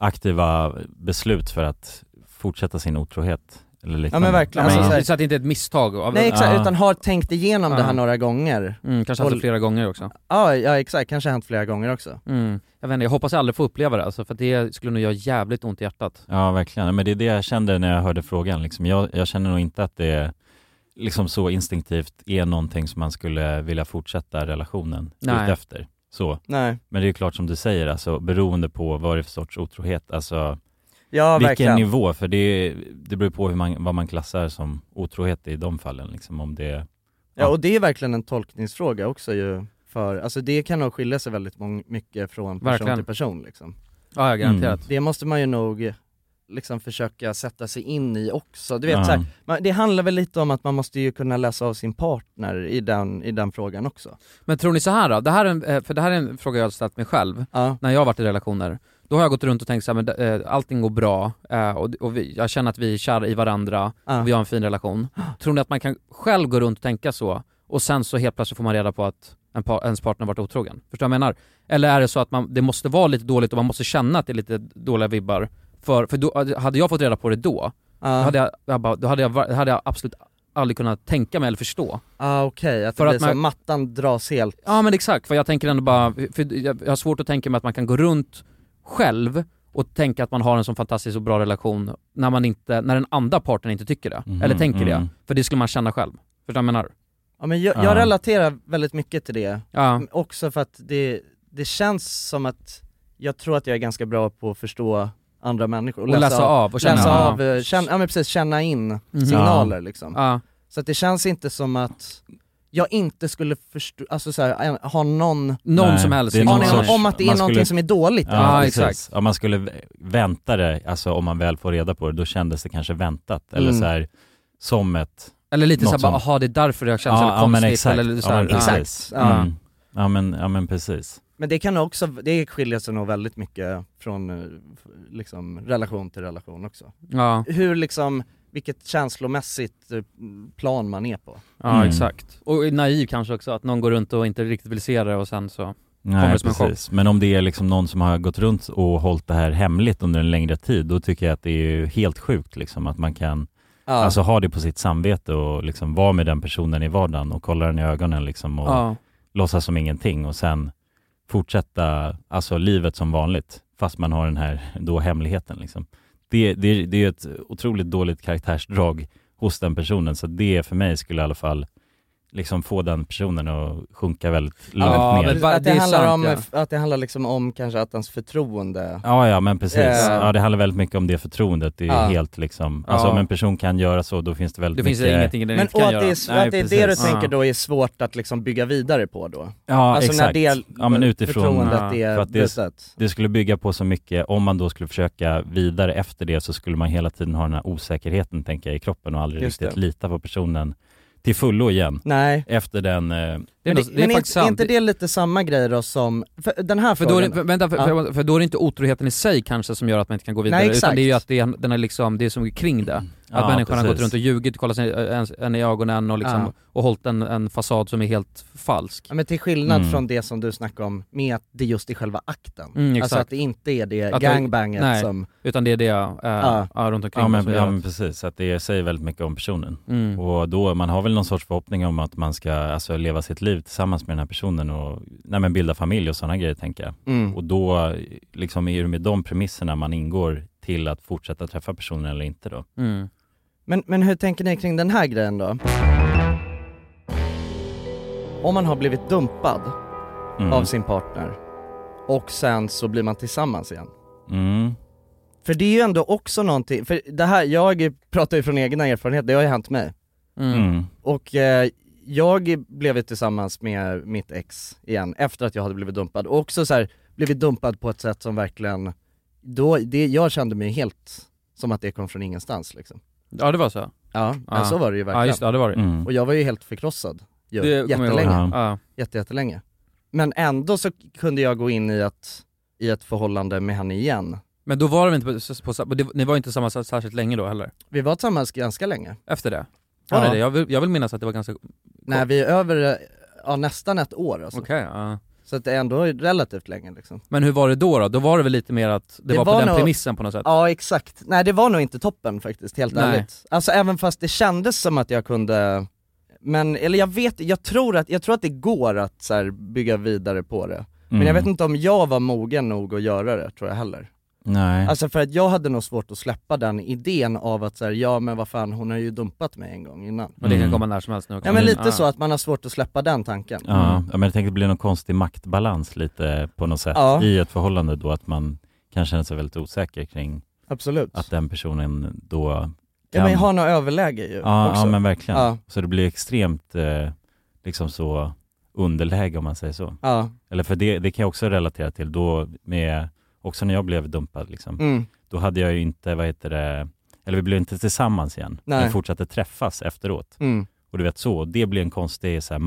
aktiva beslut för att fortsätta sin otrohet eller liknande. men verkligen. Alltså, Ja. så här- så att det inte är ett misstag. av- Nej exakt, Ja. utan har tänkt igenom det Ja. här några gånger Mm, kanske haft det flera gånger också. Ja, ja exakt, kanske hänt flera gånger också Mm. Jag vet inte, jag hoppas jag aldrig får uppleva det alltså, för att det skulle nog göra jävligt ont i hjärtat. Ja, verkligen. Men det är det jag kände när jag hörde frågan. Liksom, jag, jag känner nog inte att det liksom så instinktivt är någonting som man skulle vilja fortsätta relationen Nej. utefter. Så. Nej. Men det är ju klart som du säger, alltså, beroende på vad det är för sorts otrohet. Alltså, Ja, vilken verkligen. nivå, för det, det beror ju på hur man, vad man klassar som otrohet i de fallen. Liksom, om det, Ja och det är verkligen en tolkningsfråga också ju för, alltså det kan nog skilja sig väldigt mång- mycket från person Verkligen. till person liksom Ja, ja, garanterat. Det måste man ju nog liksom försöka sätta sig in i också, du vet Ja. så här, man, det handlar väl lite om att man måste ju kunna läsa av sin partner i den, i den frågan också Men tror ni så här då? Det här är en, eh, för det här är en fråga jag har ställt mig själv när jag har varit i relationer. Då har jag gått runt och tänkt så här, men eh, allting går bra eh, och, och vi, jag känner att vi är kära i varandra Ja. och vi har en fin relation. Tror ni att man kan själv gå runt och tänka så och sen så helt plötsligt får man reda på att en pa, ens partner varit otrogen? Förstår du vad jag menar? Eller är det så att man, det måste vara lite dåligt och man måste känna att det är lite dåliga vibbar? För, för då, hade jag fått reda på det då, Ja. då, hade jag, jag bara, då hade jag, var- hade jag absolut aldrig kunnat tänka mig eller förstå. Ah, Okej, att För det att blir så här, man- mattan dras helt Ja men exakt, för jag tänker ändå bara, för jag jag har svårt att tänka mig att man kan gå runt själv och tänka att man har en sån fantastisk och bra relation när man inte, när den andra parten inte tycker det. Mm-hmm, Mhm, eller tänker mm. det. För det skulle man känna själv. Förstår du vad jag menar? Ja men jag, Ja. jag relaterar väldigt mycket till det, Ja. M- också för att det, det känns som att jag tror att jag är ganska bra på att förstå andra människor Och läsa av och känna läsa av. av, eh, känna, ja men precis, känna in Mhm. signaler Ja. liksom. Ja. Så att det känns inte som att jag inte skulle förstå, alltså så här, en- ha någon, Någon Nej, som helst liksom. det är någon aning om, sorts- om att det är man någonting skulle- som är dåligt. Ja, precis. Ja, man skulle v- vänta det, alltså om man väl får reda på det, då kändes det kanske väntat. Eller Mm. så här, som ett... Eller lite något såhär bara, som- aha det är därför jag känner ja, ja, men konstigt exakt. eller så ja, här. men precis. Exakt. Ja. Mm. Ja, men, ja men precis. Men det kan också, det skiljer sig nog väldigt mycket från eh, f- liksom, relation till relation också. Ja. Hur liksom, vilket känslomässigt eh, plan man är på. Ja Mm. exakt. Och naiv kanske också, att någon går runt och inte riktigt vill se det och sen så kommer Nej, det som en chock. precis. Men om det är liksom någon som har gått runt och hållit det här hemligt under en längre tid, då tycker jag att det är ju helt sjukt liksom att man kan Ja. Alltså ha det på sitt samvete och liksom vara med den personen i vardagen och kolla den i ögonen liksom och Ja. låtsas som ingenting och sen fortsätta alltså livet som vanligt fast man har den här då hemligheten liksom. Det, det, det är ju ett otroligt dåligt karaktärsdrag hos den personen så det för mig skulle i alla fall liksom få den personen att sjunka väldigt långt Ja, ner. men bara- Att det, handlar om, ja. att det handlar liksom om kanske att ens förtroende Ja, ja, men precis. Eh, Ja, det handlar väldigt mycket om det förtroendet. Det är Ja. helt liksom, alltså Ja. om en person kan göra så, då finns det väldigt Då finns det mycket... ingenting den Men och att det är, s- Nej, att det, är det du precis. tänker då är svårt att liksom bygga vidare på då? Ja, alltså exakt. när det ja, men utifrån, förtroendet för är att det, brutet? det skulle bygga på så mycket, om man då skulle försöka vidare efter det så skulle man hela tiden ha den här osäkerheten tänker jag i kroppen och aldrig Just riktigt det. lita på personen till fullo igen. Nej. Efter den... Men, eh, det, men är, inte- är inte det lite samma grej då som, för den här För då, är frågan? det, vänta, för, Ja. för, för då är det inte otroheten i sig kanske som gör att man inte kan gå vidare, Nej, utan exakt. det är ju att det är, den är liksom, det är som kring det. Att Ja, människan har precis. gått runt och ljugit, kollat sig en, en i ögonen och, liksom, Ja. och hållit en, en fasad som är helt falsk. Ja, men till skillnad Mm. från det som du snackade om med att det just är själva akten. Mm, alltså exakt. att det inte är det Att gangbanget nej, som... utan det är det eh, Ja. ja, runt omkring Ja som men, gör ja Oh. att- men precis, att det säger väldigt mycket om personen. Mm. Och då, man har väl någon sorts förhoppning om att man ska alltså, leva sitt liv tillsammans med den här personen och nej, men bilda familj och sådana grejer tänker jag. Mm. Och då liksom, är det med de premisserna man ingår till att fortsätta träffa personen eller inte då. mm, Men, men hur tänker ni kring den här grejen då? Om man har blivit dumpad Mm. av sin partner och sen så blir man tillsammans igen. Mm. För det är ju ändå också någonting, för det här, jag pratar ju från egen erfarenhet, det har ju hänt mig. Mm. Mm. Och eh, jag blev ju tillsammans med mitt ex igen efter att jag hade blivit dumpad. Och också så här, blivit dumpad på ett sätt som verkligen, då, det, jag kände mig helt som att det kom från ingenstans liksom. Ja det var så? Ja, men så var det ju verkligen. Ja just det, ja, det var Mm. det. Och jag var ju helt förkrossad ju, Det kommer jag ihåg. jättelänge. Ja. Jätte, jättelänge. Men ändå så kunde jag gå in i ett, i ett förhållande med henne igen. Men då var de inte på, på, på det- ni var inte tillsammans så- särskilt länge då heller? Vi var tillsammans ganska länge. Efter det? Ja. Var ni det? Jag vill, jag vill minnas att det var ganska... Nej vi är över, eh, ja nästan ett år alltså. Okej, ja. Så att det är ändå relativt länge liksom. Men hur var det då då? Då var det väl lite mer att det, var, på den nog- premissen på något sätt? Ja exakt, nej det var nog inte toppen faktiskt helt Nej. ärligt. Alltså även fast det kändes som att jag kunde, men eller jag vet, jag tror att, jag tror att det går att så här, bygga vidare på det. Men Mm. jag vet inte om jag var mogen nog att göra det tror jag heller. Nej. Alltså för att jag hade nog svårt att släppa den idén av att så här, ja men vad fan hon har ju dumpat mig en gång innan. Och det Mm. kan komma när som helst nu också. Ja men lite Ah. så att man har svårt att släppa den tanken. Ja, ja, men jag tänkte det blir någon konstig maktbalans lite på något sätt Ja. i ett förhållande då att man kan känna sig väldigt osäker kring Absolut. att den personen då kan... Ja men jag har något överläge ju ja, också. ja men verkligen. Ja. Så det blir extremt eh, liksom så underläge om man säger så. Ja. Eller för det, det kan jag också relatera till då med, också när jag blev dumpad liksom. Mm. Då hade jag ju inte, vad heter det, eller vi blev inte tillsammans igen, Nej. men fortsatte träffas efteråt. Mm. Och du vet så, det blir en konstig så här,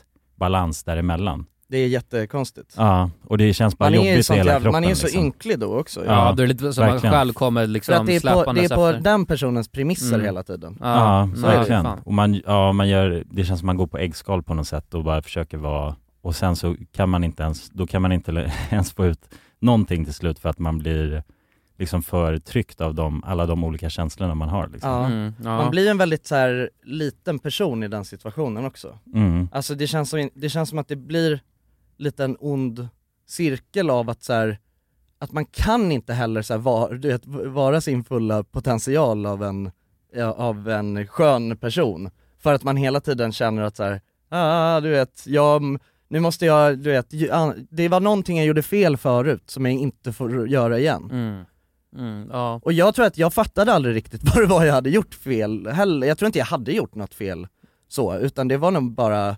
maktbalans däremellan. Det är jättekonstigt. Ja, och det känns bara Man är ju jobbigt i sånt hela jävla- kroppen. man är ju så liksom. ynklig då också. Ja, Ja, då är det lite som att man verkligen. själv kommer För liksom att det är på, det släpandes är på efter. den personens premisser Mm. hela tiden. Ja, nej, verkligen. fan. Och man, ja, man gör, det känns som man går på äggskal på något sätt och bara försöker vara, och sen så kan man inte ens, då kan man inte ens få ut någonting till slut för att man blir liksom förtryckt av de, alla de olika känslorna man har liksom. Ja. Mm, ja. Man blir ju en väldigt så här, liten person i den situationen också. Mm. Alltså det känns, som, det känns som att det blir lite en ond cirkel av att så här, att man kan inte heller så här, vara, du vet, vara sin fulla potential av en, ja, av en skön person. För att man hela tiden känner att så här, ah, du vet, jag, nu måste jag, du vet, ju- an- det var någonting jag gjorde fel förut som jag inte får göra igen. Mm, ja. Och jag tror att jag fattade aldrig riktigt vad det var jag hade gjort fel heller. Jag tror inte jag hade gjort något fel så, utan det var nog bara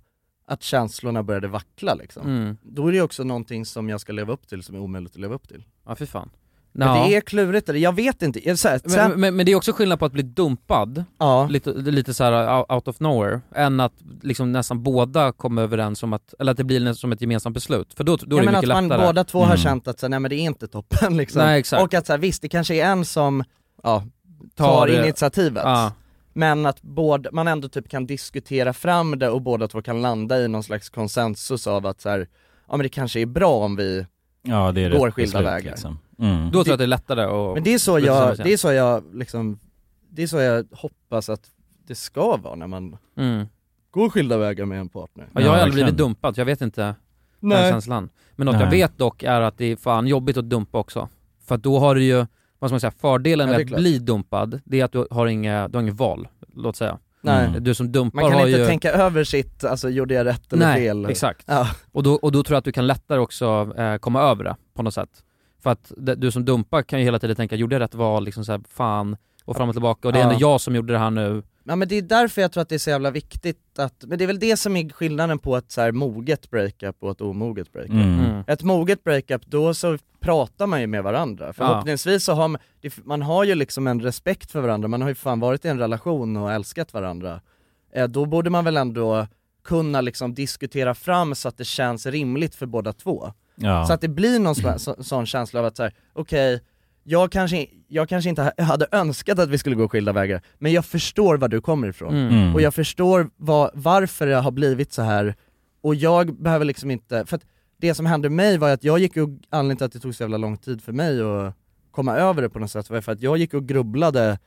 att känslorna började vackla liksom. Mm. Då är det också någonting som jag ska leva upp till som är omöjligt att leva upp till. Ja fy fan. Men Ja. det är klurigt, eller jag vet inte. Jag, så här, sen, men, men, men det är också skillnad på att bli dumpad, lite, lite så här out- out of nowhere, än att liksom nästan båda kommer överens om att, eller att det blir nä- som ett gemensamt beslut. För då, då jag är det menar att mycket man lättare. Mm. båda två har känt att så, här, nej men det är inte toppen liksom. Nej, exakt. Och att så här, visst, det kanske är en som ja, tar, det- initiativet. Ja. Men att båda, man ändå typ kan diskutera fram det och båda två kan landa i någon slags konsensus av att så här, ja men det kanske är bra om vi Ja, det är går rätt skilda beslut, vägar. liksom. Mm. Då Då tror jag att det är lättare att... Men det är så bli jag, tillsammans igen. det är så jag liksom, det är så jag hoppas att det ska vara när man Mm. går skilda vägar med en partner. Ja, jag har aldrig blivit dumpad, så jag vet inte Nej. den känslan. Men något jag Nej. vet dock är att det är fan jobbigt att dumpa också. För att då har du ju, vad ska man säga, fördelen Ja, det är med att klart. bli dumpad, det är att du har inget, du har inget val, låt säga. Nej. Du som dumpar Mm. Man kan Mm. har inte ju... tänka över sitt, alltså gjorde jag rätt eller Nej, fel? exakt. Ja. Och, då, och då tror jag att du kan lättare också eh, komma över det på något sätt. För att det, du som dumpar kan ju hela tiden tänka, gjorde jag rätt val? Liksom så här, fan, och fram och tillbaka. Och det är Ja. Mm. ändå jag som gjorde det här nu. Ja men det är därför jag tror att det är så jävla viktigt att, men det är väl det som är skillnaden på ett så här moget breakup och ett omoget breakup. Mm. Mm. Ett moget breakup, då så pratar man ju med varandra. Förhoppningsvis så har man, det- man har ju liksom en respekt för varandra, man har ju fan varit i en relation och älskat varandra. Eh, då borde man väl ändå kunna liksom diskutera fram så att det känns rimligt för båda två. Ja. Så att det blir någon sma- så, sån känsla av att så här, okej, jag kanske, jag kanske inte ha- hade önskat att vi skulle gå skilda vägar, men jag förstår var du kommer ifrån. Mm. Och jag förstår vad, varför det har blivit så här och jag behöver liksom inte, för att det som hände mig var att jag gick och, anledningen till att det tog så jävla lång tid för mig att komma över det på något sätt var för att jag gick och grubblade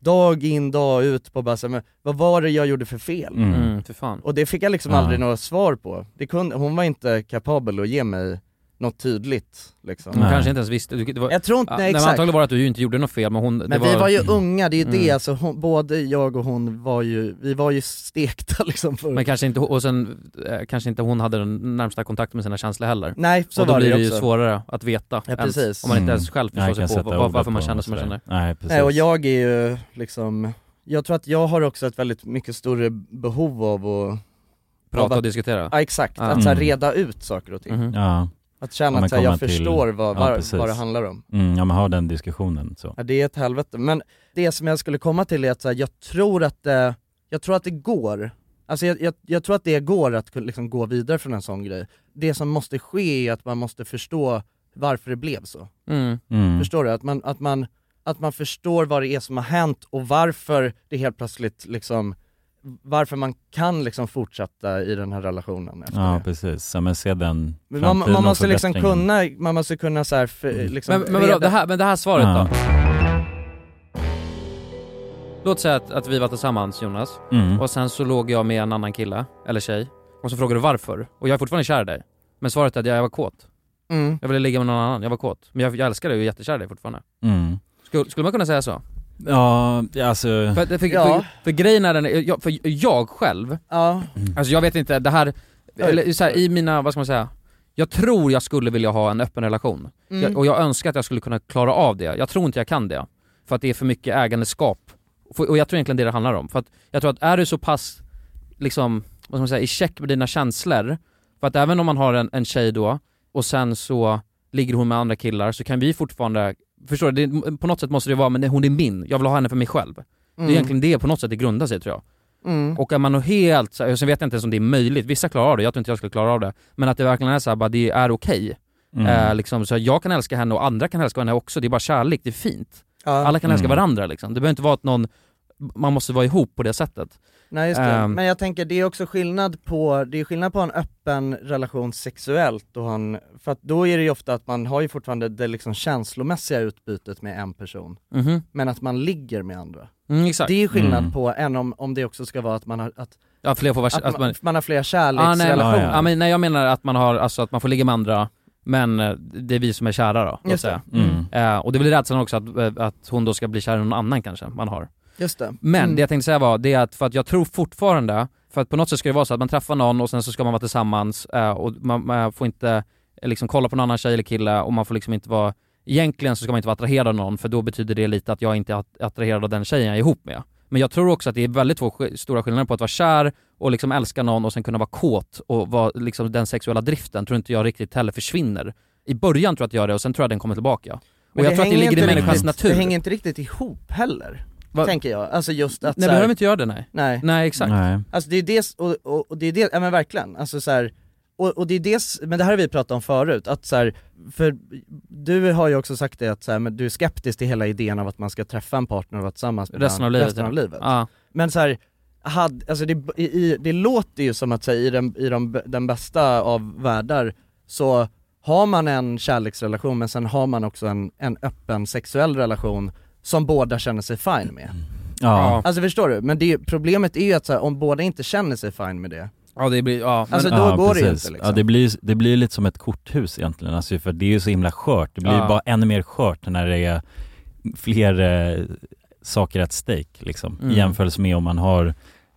dag in dag ut på bara så här, men vad var det jag gjorde för fel? Mm. Mm, för fan. Och det fick jag liksom Ja. aldrig något svar på. Det kunde, hon var inte kapabel att ge mig något tydligt liksom. Hon kanske inte ens visste. Du, det var, Jag tror inte- Ja, nej, exakt. Antagligen var det att du ju inte gjorde något fel, men hon... det Men vi var ju Mm. unga, det är ju det Mm. alltså, hon, både jag och hon var ju, vi var ju stekta liksom förr. Men kanske inte, och sen eh, kanske inte hon hade den närmsta kontakten med sina känslor heller. Nej, så och då var det blir ju det ju också. svårare att veta Ja, ens, precis. om man inte Mm. ens själv Nej, förstår kan sig på sätta var, ord varför på man känner som man sådär. känner. Nej, Nej, och jag är ju liksom, jag tror att jag har också ett väldigt mycket större behov av att Prata av att- och diskutera. Ja exakt, Ja. att så här, Mm. reda ut saker och ting Mhm. Ja. Att känna Ja, men att så här, jag komma till- förstår vad, Ja, vad, precis. vad det handlar om Mm, ja, man har den diskussionen så. Ja, det är ett helvete. Men det som jag skulle komma till är att så här, jag tror att det, jag tror att det går. Alltså jag, jag, jag tror att det går att kun- liksom gå vidare från en sån grej. Det som måste ske är att man måste förstå varför det blev så. Mm. Mm. Förstår du? Att man, att, man, att man förstår vad det är som har hänt och varför det helt plötsligt liksom, varför man kan liksom fortsätta i den här relationen. efter Ja, det. precis. Ja, men se den Men man, framtiden man och måste liksom förbättringen. Mm. kunna, man måste kunna så här, för, liksom men, men, vadå, reda- det här, men det här svaret Ja. då? Låt säga att, att vi var tillsammans Jonas, Mm. och sen så låg jag med en annan kille, eller tjej, och så frågade du varför, och jag är fortfarande kär i dig. Men svaret är att jag, jag var kåt. Mm. Jag ville ligga med någon annan, jag var kåt. Men jag, jag älskar dig och är jättekär i dig fortfarande. Mm. Skulle, skulle man kunna säga så? Ja, alltså... För, för, för, Ja. för, grejen är den, jag- för jag själv, ja. alltså jag vet inte, det här, Oj. eller så här, i mina, vad ska man säga, jag tror jag skulle vilja ha en öppen relation. Mm. Jag, och jag önskar att jag skulle kunna klara av det. Jag tror inte jag kan det. För att det är för mycket ägandeskap. För, och jag tror egentligen det det handlar om. För att jag tror att är du så pass, liksom, vad ska man säga, i check med dina känslor. För att även om man har en, en tjej då, och sen så ligger hon med andra killar, så kan vi fortfarande, förstår du? Det, på något sätt måste det vara, men det- hon är min, jag vill ha henne för mig själv. Det är Mm. egentligen det på något sätt det grundar sig tror jag. Mm. Och är man nog helt, så här, sen vet jag inte ens om det är möjligt, vissa klarar av det, jag tror inte jag skulle klara av det. Men att det verkligen är så här, bara det är okej. Mm. Eh, liksom, så här, jag kan älska henne och andra kan älska henne också, det är bara kärlek, det är fint. Ja. Alla kan älska Mm. varandra liksom. Det behöver inte vara att någon, man måste vara ihop på det sättet. Nej just det, Ehm. men jag tänker det är också skillnad på, det är skillnad på en öppen relation sexuellt och han, för att då är det ju ofta att man har ju fortfarande det liksom känslomässiga utbytet med en person, Mhm. men att man ligger med andra. Mm, exakt. Det är ju skillnad Mm. på, än om, om det också ska vara att man har, att, Ja, fler får vara, att, att man, man- man har flera Ah, nej, kärleksrelationer. ja, men, nej jag menar att man har, alltså att man får ligga med andra, men eh, det är vi som är kära då, låt Just det. säga. Mm. Eh, och det blir rädslan också att, eh, att hon då ska bli kär i någon annan kanske, man har. Just det. Men Mm. det jag tänkte säga var, det är att, för att jag tror fortfarande, för att på något sätt ska det vara så att man träffar någon och sen så ska man vara tillsammans eh, och man, man får inte eh, liksom kolla på någon annan tjej eller kille och man får liksom inte vara, egentligen så ska man inte vara attraherad av någon för då betyder det lite att jag inte är att- attraherad av den tjejen jag är ihop med. Men jag tror också att det är väldigt två sk- stora skillnader på att vara kär och liksom älska någon och sen kunna vara kåt och vara, liksom, den sexuella driften tror inte jag riktigt heller försvinner. I början tror jag att jag gör det och sen tror jag den kommer tillbaka. Men och jag tror att det hänger ligger i inte människans riktigt, natur. Det hänger inte riktigt ihop heller, Va- tänker jag. Alltså just att Nej, så behöver här, inte göra det nej. Nej. Nej exakt. Alltså det är det, och, och, och det är det, ja men verkligen, alltså så här, och, och det är det, men det här har vi pratat om förut, att så här, för du har ju också sagt det att så här, men du är skeptisk till hela idén av att man ska träffa en partner och vara tillsammans med Resten av den- livet, resten ja. av livet. Ja. Men så här, hade, alltså det, i- i, det låter ju som att säga i, den, i de, den bästa av världar så har man en kärleksrelation men sen har man också en, en öppen sexuell relation som båda känner sig fine med. Ja. Alltså förstår du? Men det, problemet är ju att så här, om båda inte känner sig fine med det, Ja det blir, ja. Alltså, då ja, går det ju precis. inte, liksom. Ja, det blir, det blir lite som ett korthus egentligen, alltså, för det är ju så himla skört. Det blir Ja. ju bara ännu mer skört när det är fler eh, saker att stake liksom, Mm. i jämförelse med om man har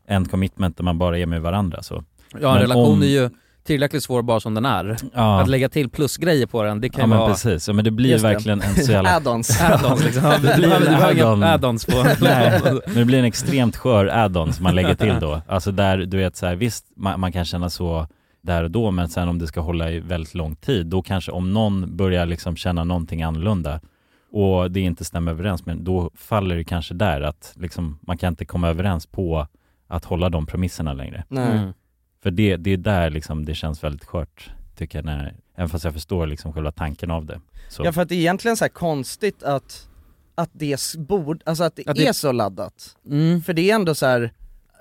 en commitment där man bara är med varandra. Så. Ja, en Men relation om- är ju tillräckligt svår bara som den är. Ja. Att lägga till plusgrejer på den, det kan Ja, ju men vara... precis. Ja, men det blir Just verkligen en så jävla... Add-ons. add-ons liksom. Ja, det blir du har inga add-ons på Nej, men det blir en extremt skör add-on som man lägger till då. Alltså där, du vet så här, visst man, man kan känna så där och då, men sen om det ska hålla i väldigt lång tid, då kanske om någon börjar liksom känna någonting annorlunda och det inte stämmer överens, men då faller det kanske där att liksom, man kan inte komma överens på att hålla de premisserna längre. Nej. Mm. För det, det är där liksom det känns väldigt skört, tycker jag, när, även fast jag förstår liksom själva tanken av det. Så. Ja för att det är egentligen så här konstigt att, att det s- borde, alltså att det Att det- är så laddat. Mm. För det är ändå så här,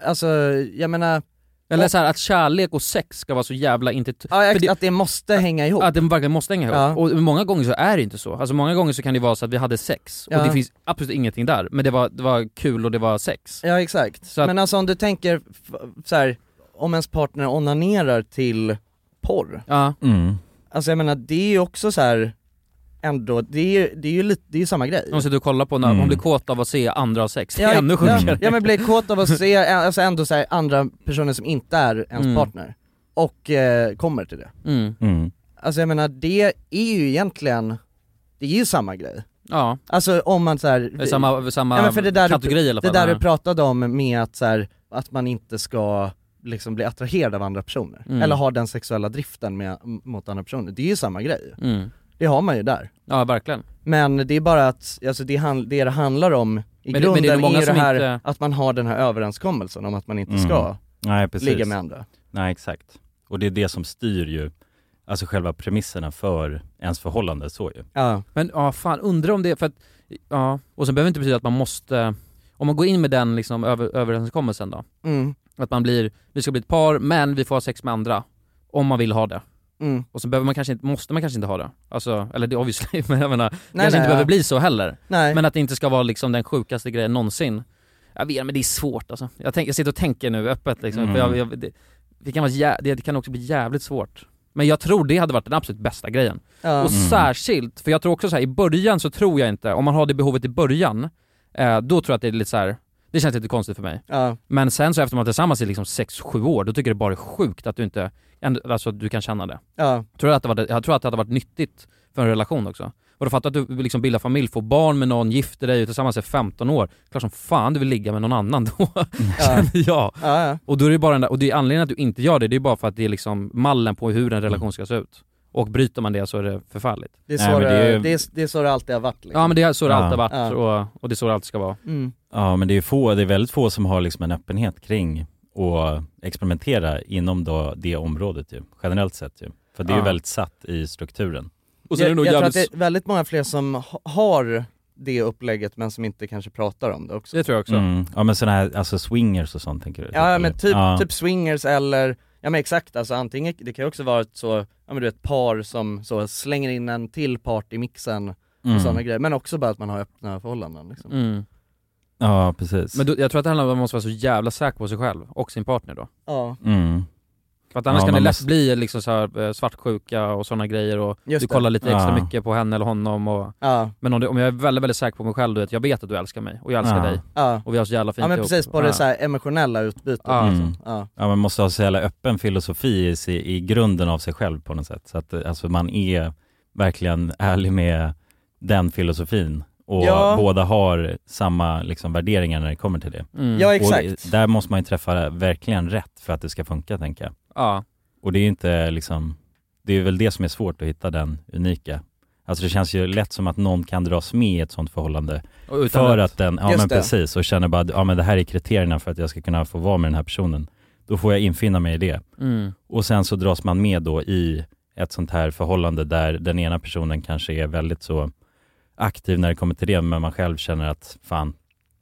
alltså jag menar Eller så här, att kärlek och sex ska vara så jävla inte... Ja, för det- att det måste hänga ihop. Att det verkligen måste hänga ihop. Oh. Ja. Och många gånger så är det inte så. Alltså många gånger så kan det vara så att vi hade sex Ja. och det finns absolut ingenting där, men det var, det var kul och det var sex. Ja exakt. Så att- Men alltså om du tänker f- så här, om ens partner onanerar till porr. Ja. Mm. Alltså jag menar det är ju också så här ändå, det är ju, det är ju lite, det är ju samma grej. De sitter och kollar på när Mm. hon blir kåt av att se andra ha sex, det Ja, är ännu ja, sjukare. ja men blir kåt av att se alltså ändå så här, andra personer som inte är ens Mm. partner. Och eh, kommer till det. Mm. Mm. Alltså jag menar det är ju egentligen, det är ju samma grej. Ja. Alltså om man så här, Samma, samma men för det där kategori du, i alla fall. Det där Ja. du pratade om med att, så här, att man inte ska liksom bli attraherad av andra personer. Mm. Eller ha den sexuella driften med, mot andra personer. Det är ju samma grej. Mm. Det har man ju där. Ja verkligen. Men det är bara att, alltså det, han, det det handlar om i Men det- men grunden det är är, nog många ju det som här inte- att man har den här överenskommelsen om att man inte Mm. ska Nej, precis. ligga med andra. Nej, exakt. Och det är det som styr ju, alltså själva premisserna för ens förhållande så ju. Men ja, fan undrar om det, för att, ja, och sen behöver det inte betyda att man måste, om man går in med den liksom över, överenskommelsen då, Mm. att man blir, vi ska bli ett par men vi får ha sex med andra, om man vill ha det. Mm. Och så behöver man kanske inte, måste man kanske inte ha det. Alltså, eller det är obviously, men jag menar, det kanske nej, inte ja. behöver bli så heller. Nej. Men att det inte ska vara liksom den sjukaste grejen någonsin. Jag vet, men det är svårt alltså. Jag, tänk, jag sitter och tänker nu öppet liksom, Mm. för jag, jag, det, det, kan vara jä, det kan också bli jävligt svårt. Men jag tror det hade varit den absolut bästa grejen. Ja. Och Mm. särskilt, för jag tror också så här, i början så tror jag inte, om man har det behovet i början, eh, då tror jag att det är lite så här. det känns lite konstigt för mig. Ja. Men sen så efter man har varit tillsammans i liksom 6-7 år, då tycker jag det bara är sjukt att du inte, ändå- alltså att du kan känna det. Ja. Tror du att det var, jag tror att det hade varit nyttigt för en relation också. Och då fattar att du liksom bildar familj, får barn med någon, gifter dig och tillsammans är 15 år. Klart som fan du vill ligga med någon annan då, känner jag. Ja, ja. Och då är det bara den där, och det är anledningen att du inte gör det, det är bara för att det är liksom mallen på hur en relation ska se ut. Och bryter man det så är det förfärligt. Det är, så det, det, är... Det, är, så det alltid har varit liksom. Ja men det är så det alltid har Ja. varit och, och det är så det alltid ska vara. Mm. Ja, men det är, få, det är väldigt få som har liksom en öppenhet kring och experimentera inom då det området ju, generellt sett ju. För det är ju Ja. väldigt satt i strukturen. jag jag tror att det är väldigt många fler som ha, har det upplägget men som inte kanske pratar om det också. Det tror jag också. Mm. Ja men sådana här, alltså swingers och sånt tänker du? Ja men Eller? typ, Ja. typ swingers eller, ja men exakt alltså antingen, det kan ju också vara ett så, ja men du vet par som så slänger in en till part i mixen och Mm. sådana grejer, men också bara att man har öppna förhållanden liksom. Mm. Ja, precis. Men då, jag tror att det handlar om att man måste vara så jävla säker på sig själv och sin partner då. Ja. Mm. För att annars Ja, kan det man lätt måste- bli liksom så här eh, svartsjuka och sådana grejer och Just du det. kollar lite extra Ja. mycket på henne eller honom och Ja. Men om, det, om jag är väldigt, väldigt säker på mig själv, du vet, jag vet att du älskar mig och jag Ja. älskar dig Ja. och vi har så jävla fint Ja men ihop. precis, på det Ja. så här emotionella utbytet Ja. Mm. Mm. liksom. ja. Ja, man måste ha så jävla öppen filosofi i, sig, i grunden av sig själv på något sätt. Så att eh, alltså, man är verkligen ärlig med den filosofin och Ja. båda har samma liksom, värderingar när det kommer till det. Mm. Ja, exakt. Och det- där måste man ju träffa verkligen rätt för att det ska funka, tänker jag. Ja. Och det är ju inte liksom, det är väl det som är svårt att hitta den unika. Alltså det känns ju lätt som att någon kan dras med i ett sånt förhållande Och utan för rätt. att den, ja Just men det. precis, och känner bara att ja, men det här är kriterierna för att jag ska kunna få vara med den här personen. Då får jag infinna mig i det. Mm. Och sen så dras man med då i ett sånt här förhållande där den ena personen kanske är väldigt så aktiv när det kommer till det, men man själv känner att fan,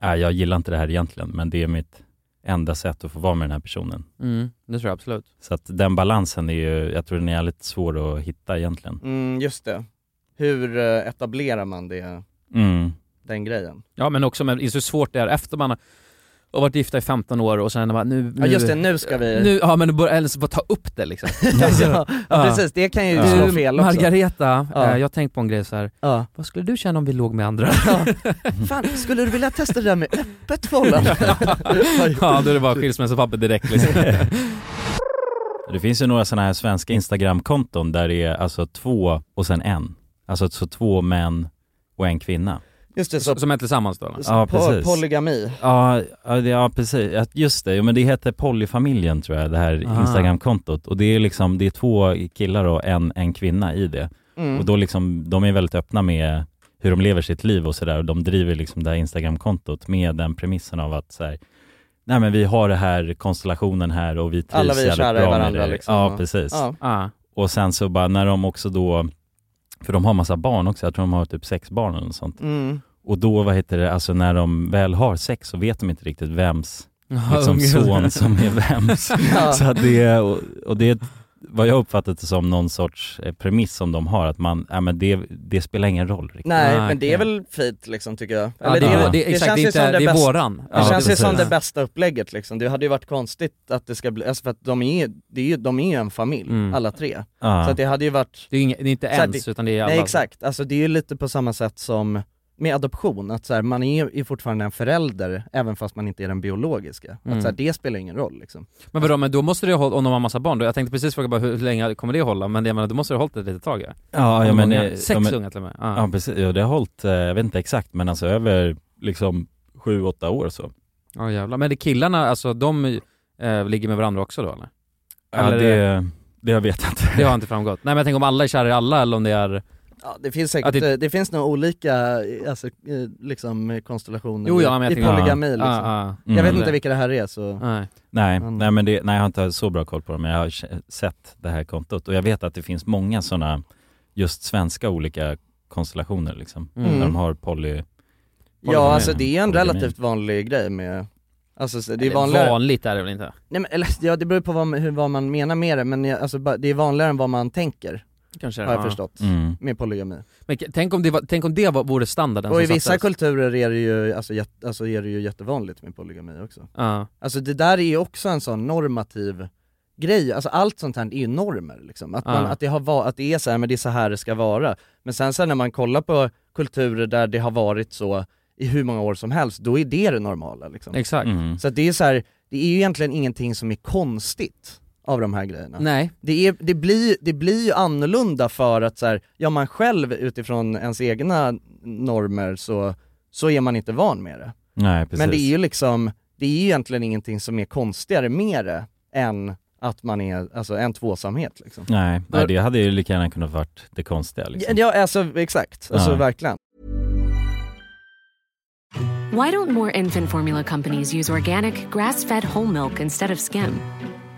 nej, jag gillar inte det här egentligen, men det är mitt enda sätt att få vara med den här personen. Mm, det tror jag absolut. Så att den balansen är ju, jag tror den är jävligt svår att hitta egentligen. Mm, just det. Hur eh, etablerar man det, Mm. den grejen? Ja men också, men det är så svårt det är efter man och varit gifta i 15 år och sen bara nu... nu Ja, just det, nu ska vi- Nu, ja men bör, eller så bara ta upp det liksom. Alltså, ja, precis, det kan ju Du, slå fel också. Margareta, Ja. eh, jag har tänkt på en grej så här. vad skulle du känna om vi låg med andra? Fan, skulle du vilja testa det där med öppet förhållande? ja då är det bara skilsmässopapper direkt liksom. Det finns ju några sådana här svenska Instagramkonton där det är alltså två och sen en. Alltså så två män och en kvinna. Just det, så, Som är tillsammans då? eller? po- Ja, precis. polygami. Ja, ja, det, ja precis. Ja, Just det, Jo, men det heter Polyfamiljen tror jag, det här Ah. Instagramkontot. Och det är liksom, det är två killar och en, en kvinna i det. Mm. Och då liksom, de är väldigt öppna med hur de lever sitt liv och sådär. Och de driver liksom det här Instagramkontot med den premissen av att så här, nej men vi har det här konstellationen här och vi trivs Alla vi är jävligt kära i bra med varandra, det. liksom. Ja, Ja. precis. Ja. Ah. Och sen så bara när de också då, för de har massa barn också, jag tror de har typ sex barn eller något sånt. Mm. Och då, vad heter det, alltså när de väl har sex så vet de inte riktigt vems Ja, liksom, unge. son som är vems. Ja. Så att det, är- och, och det är ett- vad jag uppfattat det som någon sorts eh, premiss som de har, att man, ja, men det, det spelar ingen roll riktigt. Nej Ah, men det är väl fint liksom tycker jag. Ja, det- det- exakt, det är inte- det är bästa- våran. Det Ja, känns ju som precis. det bästa upplägget liksom. Det hade ju varit konstigt att det ska bli, alltså för att de är, det är, ju- de är ju en familj, Mm. alla tre. Ja. Så att det hade ju varit Det är, inga, det är inte så här, ens utan det är alla. Nej exakt, alltså det är ju lite på samma sätt som med adoption, att så här, man är ju fortfarande en förälder även fast man inte är den biologiska. Mm. Att så här, det spelar ingen roll liksom. Men vadå, men då måste det ha hållit, om de har massa barn då? Jag tänkte precis fråga bara hur länge kommer det hålla? Men jag menar, då måste det ha hållit ett litet tag ja. Ja, Hur jag men, många? eh, Sex ja, men, unga till och med? Ja. Ja, precis. Ja, det har hållit, eh, jag vet inte exakt, men alltså över liksom sju, åtta år så. Ja jävlar, men det killarna, alltså de eh, ligger med varandra också då eller? Ja, Eller- det, det jag vet inte. Det har inte framgått. Nej men jag tänker om alla är kära i alla eller om det är... Ja, det finns Att säkert, eh, det- det... det finns nog olika eh, alltså, eh, liksom, eh, konstellationer Jo, i- ja, men jag i tänker- polygami Ja, liksom. ja, ja. Jag vet Mm. inte vilka det här är så... Nej. Nej, nej, men det, nej, jag har inte så bra koll på dem, men jag har k- sett det här kontot och jag vet att det finns många sådana just svenska olika konstellationer liksom, Mm. där de har poly... Ja alltså det är en polygami. relativt vanlig grej med, alltså så- det är Eller vanligare Vanligt är det väl inte? Nej men eller, ja, det beror på vad, man- hur, vad man menar med det, men jag, alltså, ba- det är vanligare än vad man tänker Kanske, Har jag ja. förstått, Mm. med polygami Men k- tänk om det, var, tänk om det var, vore standarden Och som i vissa sattes. kulturer är det ju, alltså, jät, alltså, är det ju jättevanligt med polygami också Ja. Alltså det där är ju också en sån normativ grej, alltså allt sånt här är ju normer liksom. Att, man, Ja. att, det har va- att det är så här, men det är så här det ska vara. Men sen så här, när man kollar på kulturer där det har varit så i hur många år som helst, då är det det normala liksom. Exakt. Mm. Så att det är så här, det är ju egentligen ingenting som är konstigt av de här grejerna. Nej. Det, är, det, blir, det blir ju annorlunda för att så här, ja man själv utifrån ens egna normer så, så är man inte van med det. Nej, precis. Men det är ju liksom, det är ju egentligen ingenting som är konstigare med det än att man är, alltså en tvåsamhet liksom. Nej, nej, det hade ju lika gärna kunnat varit det konstiga liksom. Ja, alltså exakt, alltså Ja. verkligen. Why don't more infant formula companies use organic, grass fed whole milk instead of skim?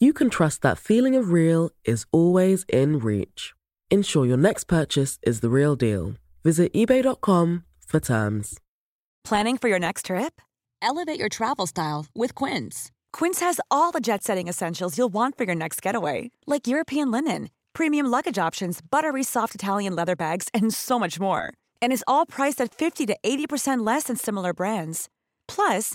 you can trust that feeling of real is always in reach. Ensure your next purchase is the real deal. Visit eBay.com for terms. Planning for your next trip? Elevate your travel style with Quince. Quince has all the jet setting essentials you'll want for your next getaway, like European linen, premium luggage options, buttery soft Italian leather bags, and so much more. And is all priced at 50 to 80% less than similar brands. Plus,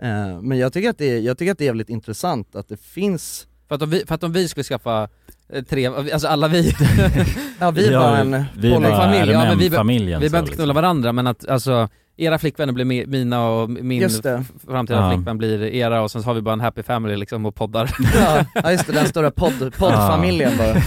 Eh, Men jag tycker, att det är, jag tycker att det är jävligt intressant att det finns För att om vi, för att om vi skulle skaffa eh, tre, alltså alla vi Ja, vi var Ja, bara en vi var polygfamilj. men vi be- RMM-familjen, så Vi liksom. behöver inte knulla varandra men att alltså era flickvänner blir mi- mina och min Just det. f- framtida Ja. flickvän blir era och sen har vi bara en happy family liksom och poddar. Ja, ja just det, den stora podd, poddfamiljen Ja. bara.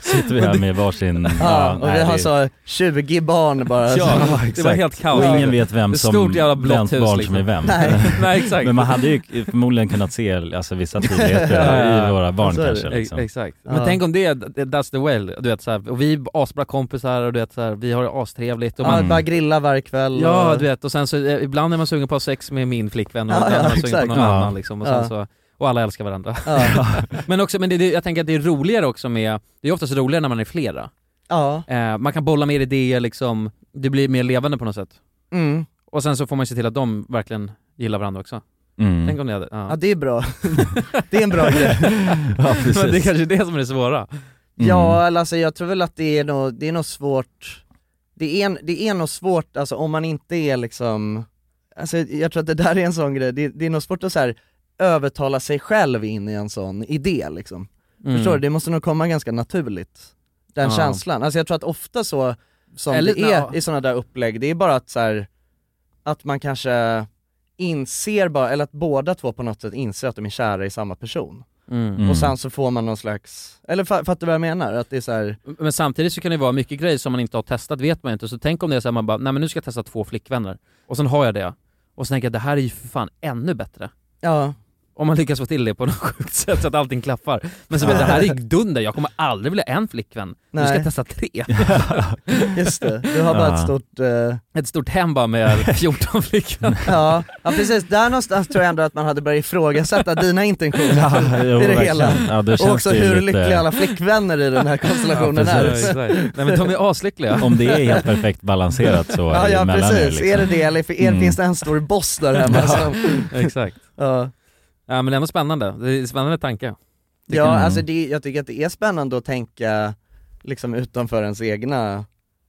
Sitter vi här med varsin... Ja, och nej, vi har det- så 20 barn bara. Ja, Så- exakt. Och ingen vet vem som, stort jävla vems barn blått hus, som liksom. är vem. Nej. Nej, exakt. Men man hade ju förmodligen kunnat se alltså, vissa tydligheter i våra barn Så är det. kanske. Ex- Liksom. Exakt. Men tänk om det är that's the way, du vet såhär, och vi är asbra kompisar och du vet såhär, vi har astrevligt och Ja, bara grilla varje kväll. Ja och- du vet, och sen så eh, ibland är man sugen på att ha sex med min flickvän och Ja, ibland ja, är man sugen exakt. på någon Ja. annan liksom, och, sen Ja. så, och alla älskar varandra. Ja. men också, men det, det, jag tänker att det är roligare också med, det är oftast roligare när man är flera. Ja. Eh, man kan bolla mer idéer liksom, det blir mer levande på något sätt. Mm. Och sen så får man se till att de verkligen gillar varandra också. Mm. Tänk om det hade, ja. Ja det är bra, det är en bra grej. Ja, precis. Men det är kanske det som är det svåra. Ja eller alltså jag tror väl att det är nog, det är nog svårt, det är, en- det är nog svårt alltså om man inte är liksom, alltså jag tror att det där är en sån grej, det, det är nog svårt att så här övertala sig själv in i en sån idé liksom. Mm. Förstår du? Det måste nog komma ganska naturligt, den Ja. känslan. Alltså jag tror att ofta så, som Eller- det är ja. i sådana där upplägg, det är bara att så här, att man kanske inser bara, eller att båda två på något sätt inser att de är kära i samma person. Mm. Och sen så får man någon slags, eller fa- fattar du vad jag menar? Att det är så här, Men samtidigt så kan det vara mycket grejer som man inte har testat, vet man inte. Så tänk om det är såhär, man bara, nej men nu ska jag testa två flickvänner. Och sen har jag det. Och sen tänker jag, det här är ju för fan ännu bättre. ja, Om man lyckas få till det på något sjukt sätt så att allting klaffar. Men så bara, det här är dunder, jag kommer aldrig vilja ha en flickvän. Nu ska Nej. jag testa tre. just det, du har bara Ja. ett stort... eh, Ett stort hem bara med 14 flickvänner. ja, ja precis, där någonstans tror jag ändå att man hade börjat ifrågasätta dina intentioner. Ja, det jo, är det verkligen. hela. Ja, det och känns också ju hur lite- lyckliga alla flickvänner i den här konstellationen Ja, är. precis. Nej men de är aslyckliga. Om det är helt perfekt balanserat så Ja, ja mellan precis, er liksom. är det det eller för er Mm. finns det en stor boss där hemma som... Exakt. Ja. ja men det är ändå spännande, det är en spännande tanke. Ja, Tycker ni? alltså det, jag tycker att det är spännande att tänka liksom utanför ens egna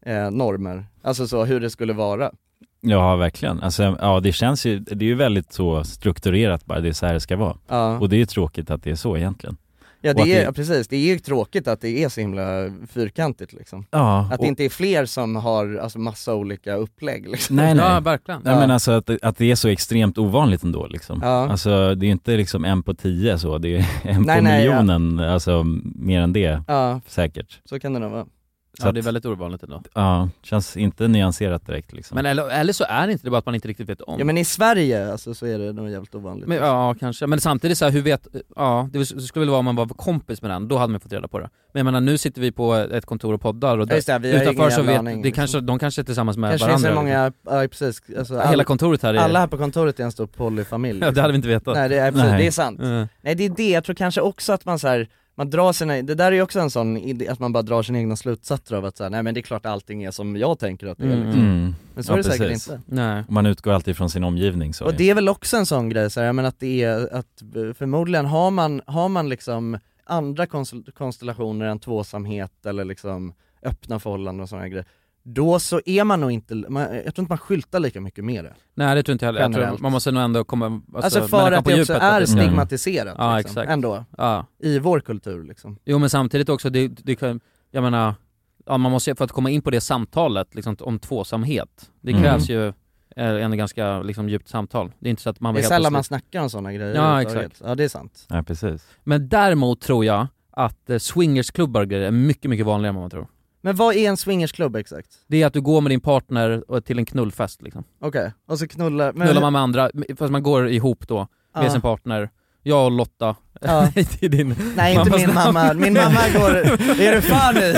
eh, normer, alltså så hur det skulle vara. Ja, verkligen. Alltså, ja, det känns ju, det är ju väldigt så strukturerat bara, det är så här det ska vara. Ja. Och det är ju tråkigt att det är så egentligen. Ja Och det att är, ja, precis, det är ju tråkigt att det är så himla fyrkantigt liksom. Ja, att och- det inte är fler som har alltså, massa olika upplägg liksom. Nej, nej. Nej, Ja. men alltså att, att det är så extremt ovanligt ändå liksom. Ja. Alltså det är ju inte liksom en på tio så, det är en Nej, på nej, ja. miljonen, alltså mer än det Ja. säkert. Så kan det nog vara. Så Ja det är att- väldigt ovanligt ändå. Ja, känns inte nyanserat direkt liksom. Men eller, eller så är det inte det bara att man inte riktigt vet om. Ja men i Sverige alltså, så är det nog jävligt ovanligt. Men, ja kanske, men samtidigt så här, hur vet, ja det skulle väl vara om man var kompis med den, då hade man fått reda på det. Men jag menar nu sitter vi på ett kontor och poddar och Ja, just det, vi har ju utanför ingen så jävla vet, aning, det liksom. kanske, de kanske är tillsammans med Kanske finns varandra. det många, ja precis, alltså, Hela kontoret här är- Alla här på kontoret är en stor polyfamilj liksom. Ja, det hade vi inte vetat. Nej det är, absolut, Nej. Det är sant. Mm. Nej det är det, jag tror kanske också att man så här, man drar sina, det där är ju också en sån idé, att man bara drar sina egna slutsatser av att så här, nej men det är klart allting är som jag tänker att det är liksom. Mm. Men så Ja, är det säkert precis. inte. Och Man utgår alltid från sin omgivning så. Och ju. det är väl också en sån grej, så här, jag menar att det är, att eh, förmodligen har man, har man liksom andra kons- konstellationer än tvåsamhet eller liksom öppna förhållanden och sådana grejer, då så är man nog inte, man, jag tror inte man skyltar lika mycket med det. Nej det tror inte jag heller, jag tror, Generellt. man måste nog ändå komma Alltså, för människan att på det också djupet, är det- Mm. stigmatiserat Ja liksom, exakt. ändå. Ja. I vår kultur liksom. Jo men samtidigt också, det, det kan, jag menar, ja, man måste, för att komma in på det samtalet liksom, om tvåsamhet, det Mm. krävs ju eh, en ganska liksom, djupt samtal. Det är inte så att man Det är helt sällan man plötsligt- snackar om sådana grejer Ja överhuvudtaget. exakt. Ja det är sant. Ja, precis. Men däremot tror jag att eh, swingersklubbar och grejer är mycket, mycket vanligare än vad man tror. Men vad är en swingersklubb exakt? Det är att du går med din partner och- till en knullfest liksom. Okej, och så knullar, men, Knullar man med andra, fast man går ihop då med Ja. sin partner. Jag och Lotta. Ja. Nej, det är din Nej inte mammas min namn. mamma, min mamma går, det är du fan i!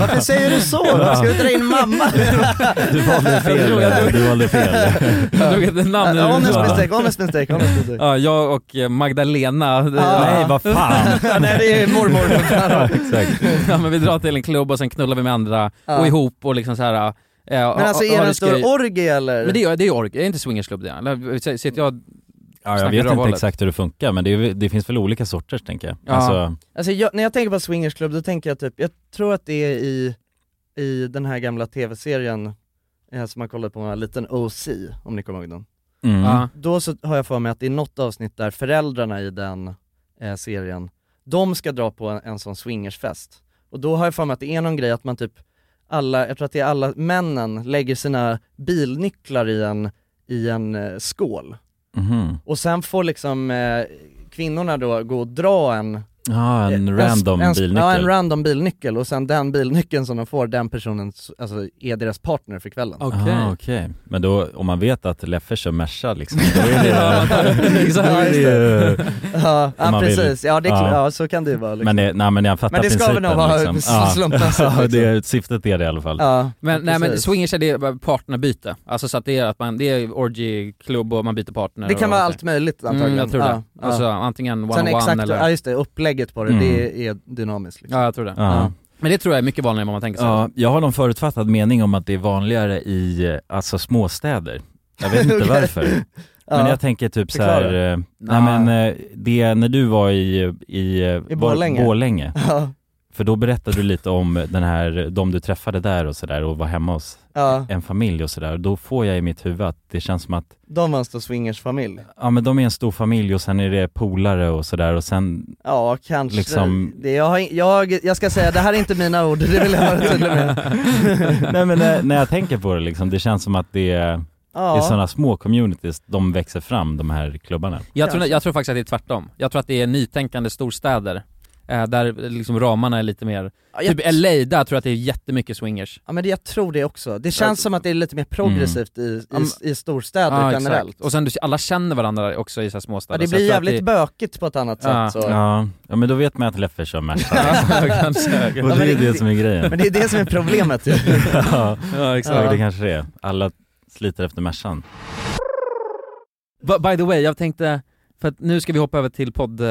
Varför säger du så? Varför ska du dra in mamma? Du valde fel, du valde fel. Jag drog ett namn Ja, honest huvudet. mistake, honest mistake, honest mistake. Ja, jag och eh, Magdalena. Ah. Nej, vad fan. Nej det är mormor. Exakt. ja, men vi drar till en klubb och sen knullar vi med andra Ja. och ihop och liksom så här. eh, Men alltså Ah. är det en stor orgie eller? Mm. Men det är, det är org, är inte swingersklubb det? Eller eh, sitter jag Ja, jag Snackar vet inte rövhålet. exakt hur det funkar men det, är, det finns väl olika sorters tänker jag. Ja. Alltså, Alltså jag, när jag tänker på swingersklubb då tänker jag typ, jag tror att det är i, i den här gamla tv-serien eh, som man kollade på när man var liten, OC, om ni kommer ihåg den. Mm. Ja. Då så har jag för mig att det är något avsnitt där föräldrarna i den eh, serien, de ska dra på en, en sån swingersfest. Och då har jag för mig att det är någon grej att man typ, alla, jag tror att det är alla männen lägger sina bilnycklar i en, i en eh, skål. mhm. Och sen får liksom eh, kvinnorna då gå och dra en Ja, en Eh, random en, bilnyckel. Ja, en random bilnyckel och sen den bilnyckeln som de får, den personen s- alltså, är deras partner för kvällen. Ah, Aha, Ah, okej. Men då, om man vet att Leffe kör Merca liksom, då är det... då Ja, är just det- det. Ja, om ja, man vill. precis. Ja, det är kl- ja, så kan det ju vara, liksom. Men, det, nej, men jag fattar Men det ska väl principen. liksom. nog vara Ja. slumpmässigt, Ja, det, liksom. syftet är det i alla fall. men, nej, men precis. swingers är det bara partnerbyte, alltså så att det är att man, det är orgy-klubb och man byter partner Det kan och vara så. allt möjligt antagligen. Mm, jag tror det. Ja, ja. Alltså antingen one-on-one Sen exakt, eller... ja just det, upplägget på det, Mm. det är dynamiskt liksom. Ja, jag tror det. Ja. Men det tror jag är mycket vanligare än vad man tänker sig. Ah. Ja, jag har någon förutfattad mening om att det är vanligare i eh, alltså, småstäder. Jag vet inte Okej. varför. Men Ja. jag tänker typ så Förklara. här, eh, nej Nej. men eh, det när du var i, eh, i, eh, var- Borlänge. Borlänge. Ja. För då berättade du lite om den här, de du träffade där och sådär och var hemma hos Ja. en familj och sådär. Då får jag i mitt huvud att det känns som att De var en stor swingersfamilj. Ja men de är en stor familj och sen är det polare och sådär och sen Ja, kanske. Liksom- Det, jag, har, in- jag, jag ska säga, det här är inte mina ord, det vill jag vara tydlig med. Nej men eh, när, när jag tänker på det liksom, det känns som att det är, Ja. det är sådana små communities, de växer fram de här klubbarna. Jag tror, jag tror faktiskt att det är tvärtom. Jag tror att det är nytänkande storstäder, eh, där liksom ramarna är lite mer... Ja, jag- Typ LA, där tror jag att det är jättemycket swingers. Ja men det, jag tror det också. Det känns som att det är lite mer progressivt i, Mm. Ja, men- i, i storstäder Ja, exakt. generellt. Och sen du- alla känner varandra också i så här Ja, småstäder. det så jag blir tror att jävligt bökigt på ett annat Ja. sätt så. Ja, ja men då vet man att Leffe kör Merca. kanske. Och Ja, det men är det som är grejen. Men det är det som är problemet ju. ja. Ja, exakt. Det kanske det är. Alla sliter efter Mercan. B- By the way, jag tänkte, för att nu ska vi hoppa över till podd, eh,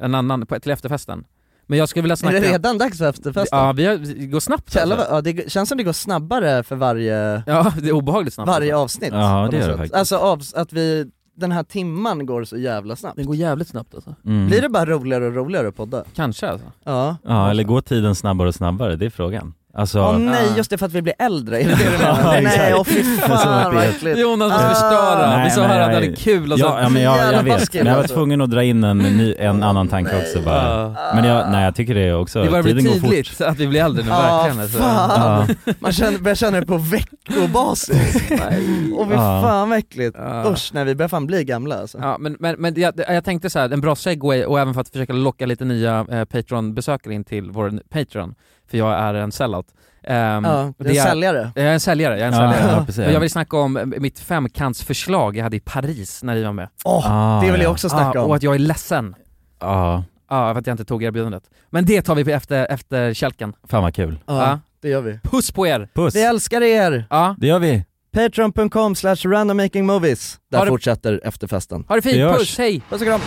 en annan, på- till efterfesten. Men jag skulle vilja Är snacka... det redan dags för efterfesten? Ja, vi har, det går snabbt alltså. Jävlar vad- ja, det g- känns som det går snabbare för varje, Ja, det är obehagligt snabbt. alltså. varje avsnitt. Ja, på det något gör det sätt. faktiskt. Alltså avs- att vi, den här timman går så jävla snabbt. Den går jävligt snabbt alltså. Mm. Blir det bara roligare och roligare att podda? Kanske alltså. Ja. Ja, eller går tiden snabbare och snabbare? Det är frågan. Alltså, Åh nej, just det för att vi blir äldre, är det det du Ja, menar? exakt. Nej, åh fy Det är som fan vad att det- äckligt. Jonas måste förstöra. Vi sa här men att jag- det är kul och så- ja, ja, men jag, jag Jävla vet, basket, men jag var alltså. tvungen att dra in en, ny, en annan tanke också bara. Men jag, nej jag tycker det också, Det börjar bli tiden går fort. tydligt att vi blir äldre nu, Ja, verkligen. Alltså. fan. Man känner, börjar känna det på veckobasis. Och fy Ja. fan vad äckligt. Ja. Usch, nej vi börjar fan bli gamla alltså. Ja, men, men, men jag, jag tänkte så här, en bra segway och även för att försöka locka lite nya eh, Patreon-besökare in till vår n- Patreon, för jag är en sellout. Ehm, Ja, och du är en säljare. Jag är en säljare, jag är en Ja, säljare. ja, precis. Men jag vill snacka om eh, mitt femkantsförslag jag hade i Paris när vi var med. Åh, Ah, det vill jag ja. också snacka Ja, om. Och att jag är ledsen. Ja, Ja, för att jag inte tog erbjudandet. Men det tar vi på efter, efter kälken. fan vad kul. Ja, det gör vi. Puss på er! Puss! Vi älskar er! Ja. Det gör vi. Patreon.com slash randommakingmovies. Där Ha det- fortsätter efterfesten. Ha det Vi fint, hörs. puss, hej! Puss och kram!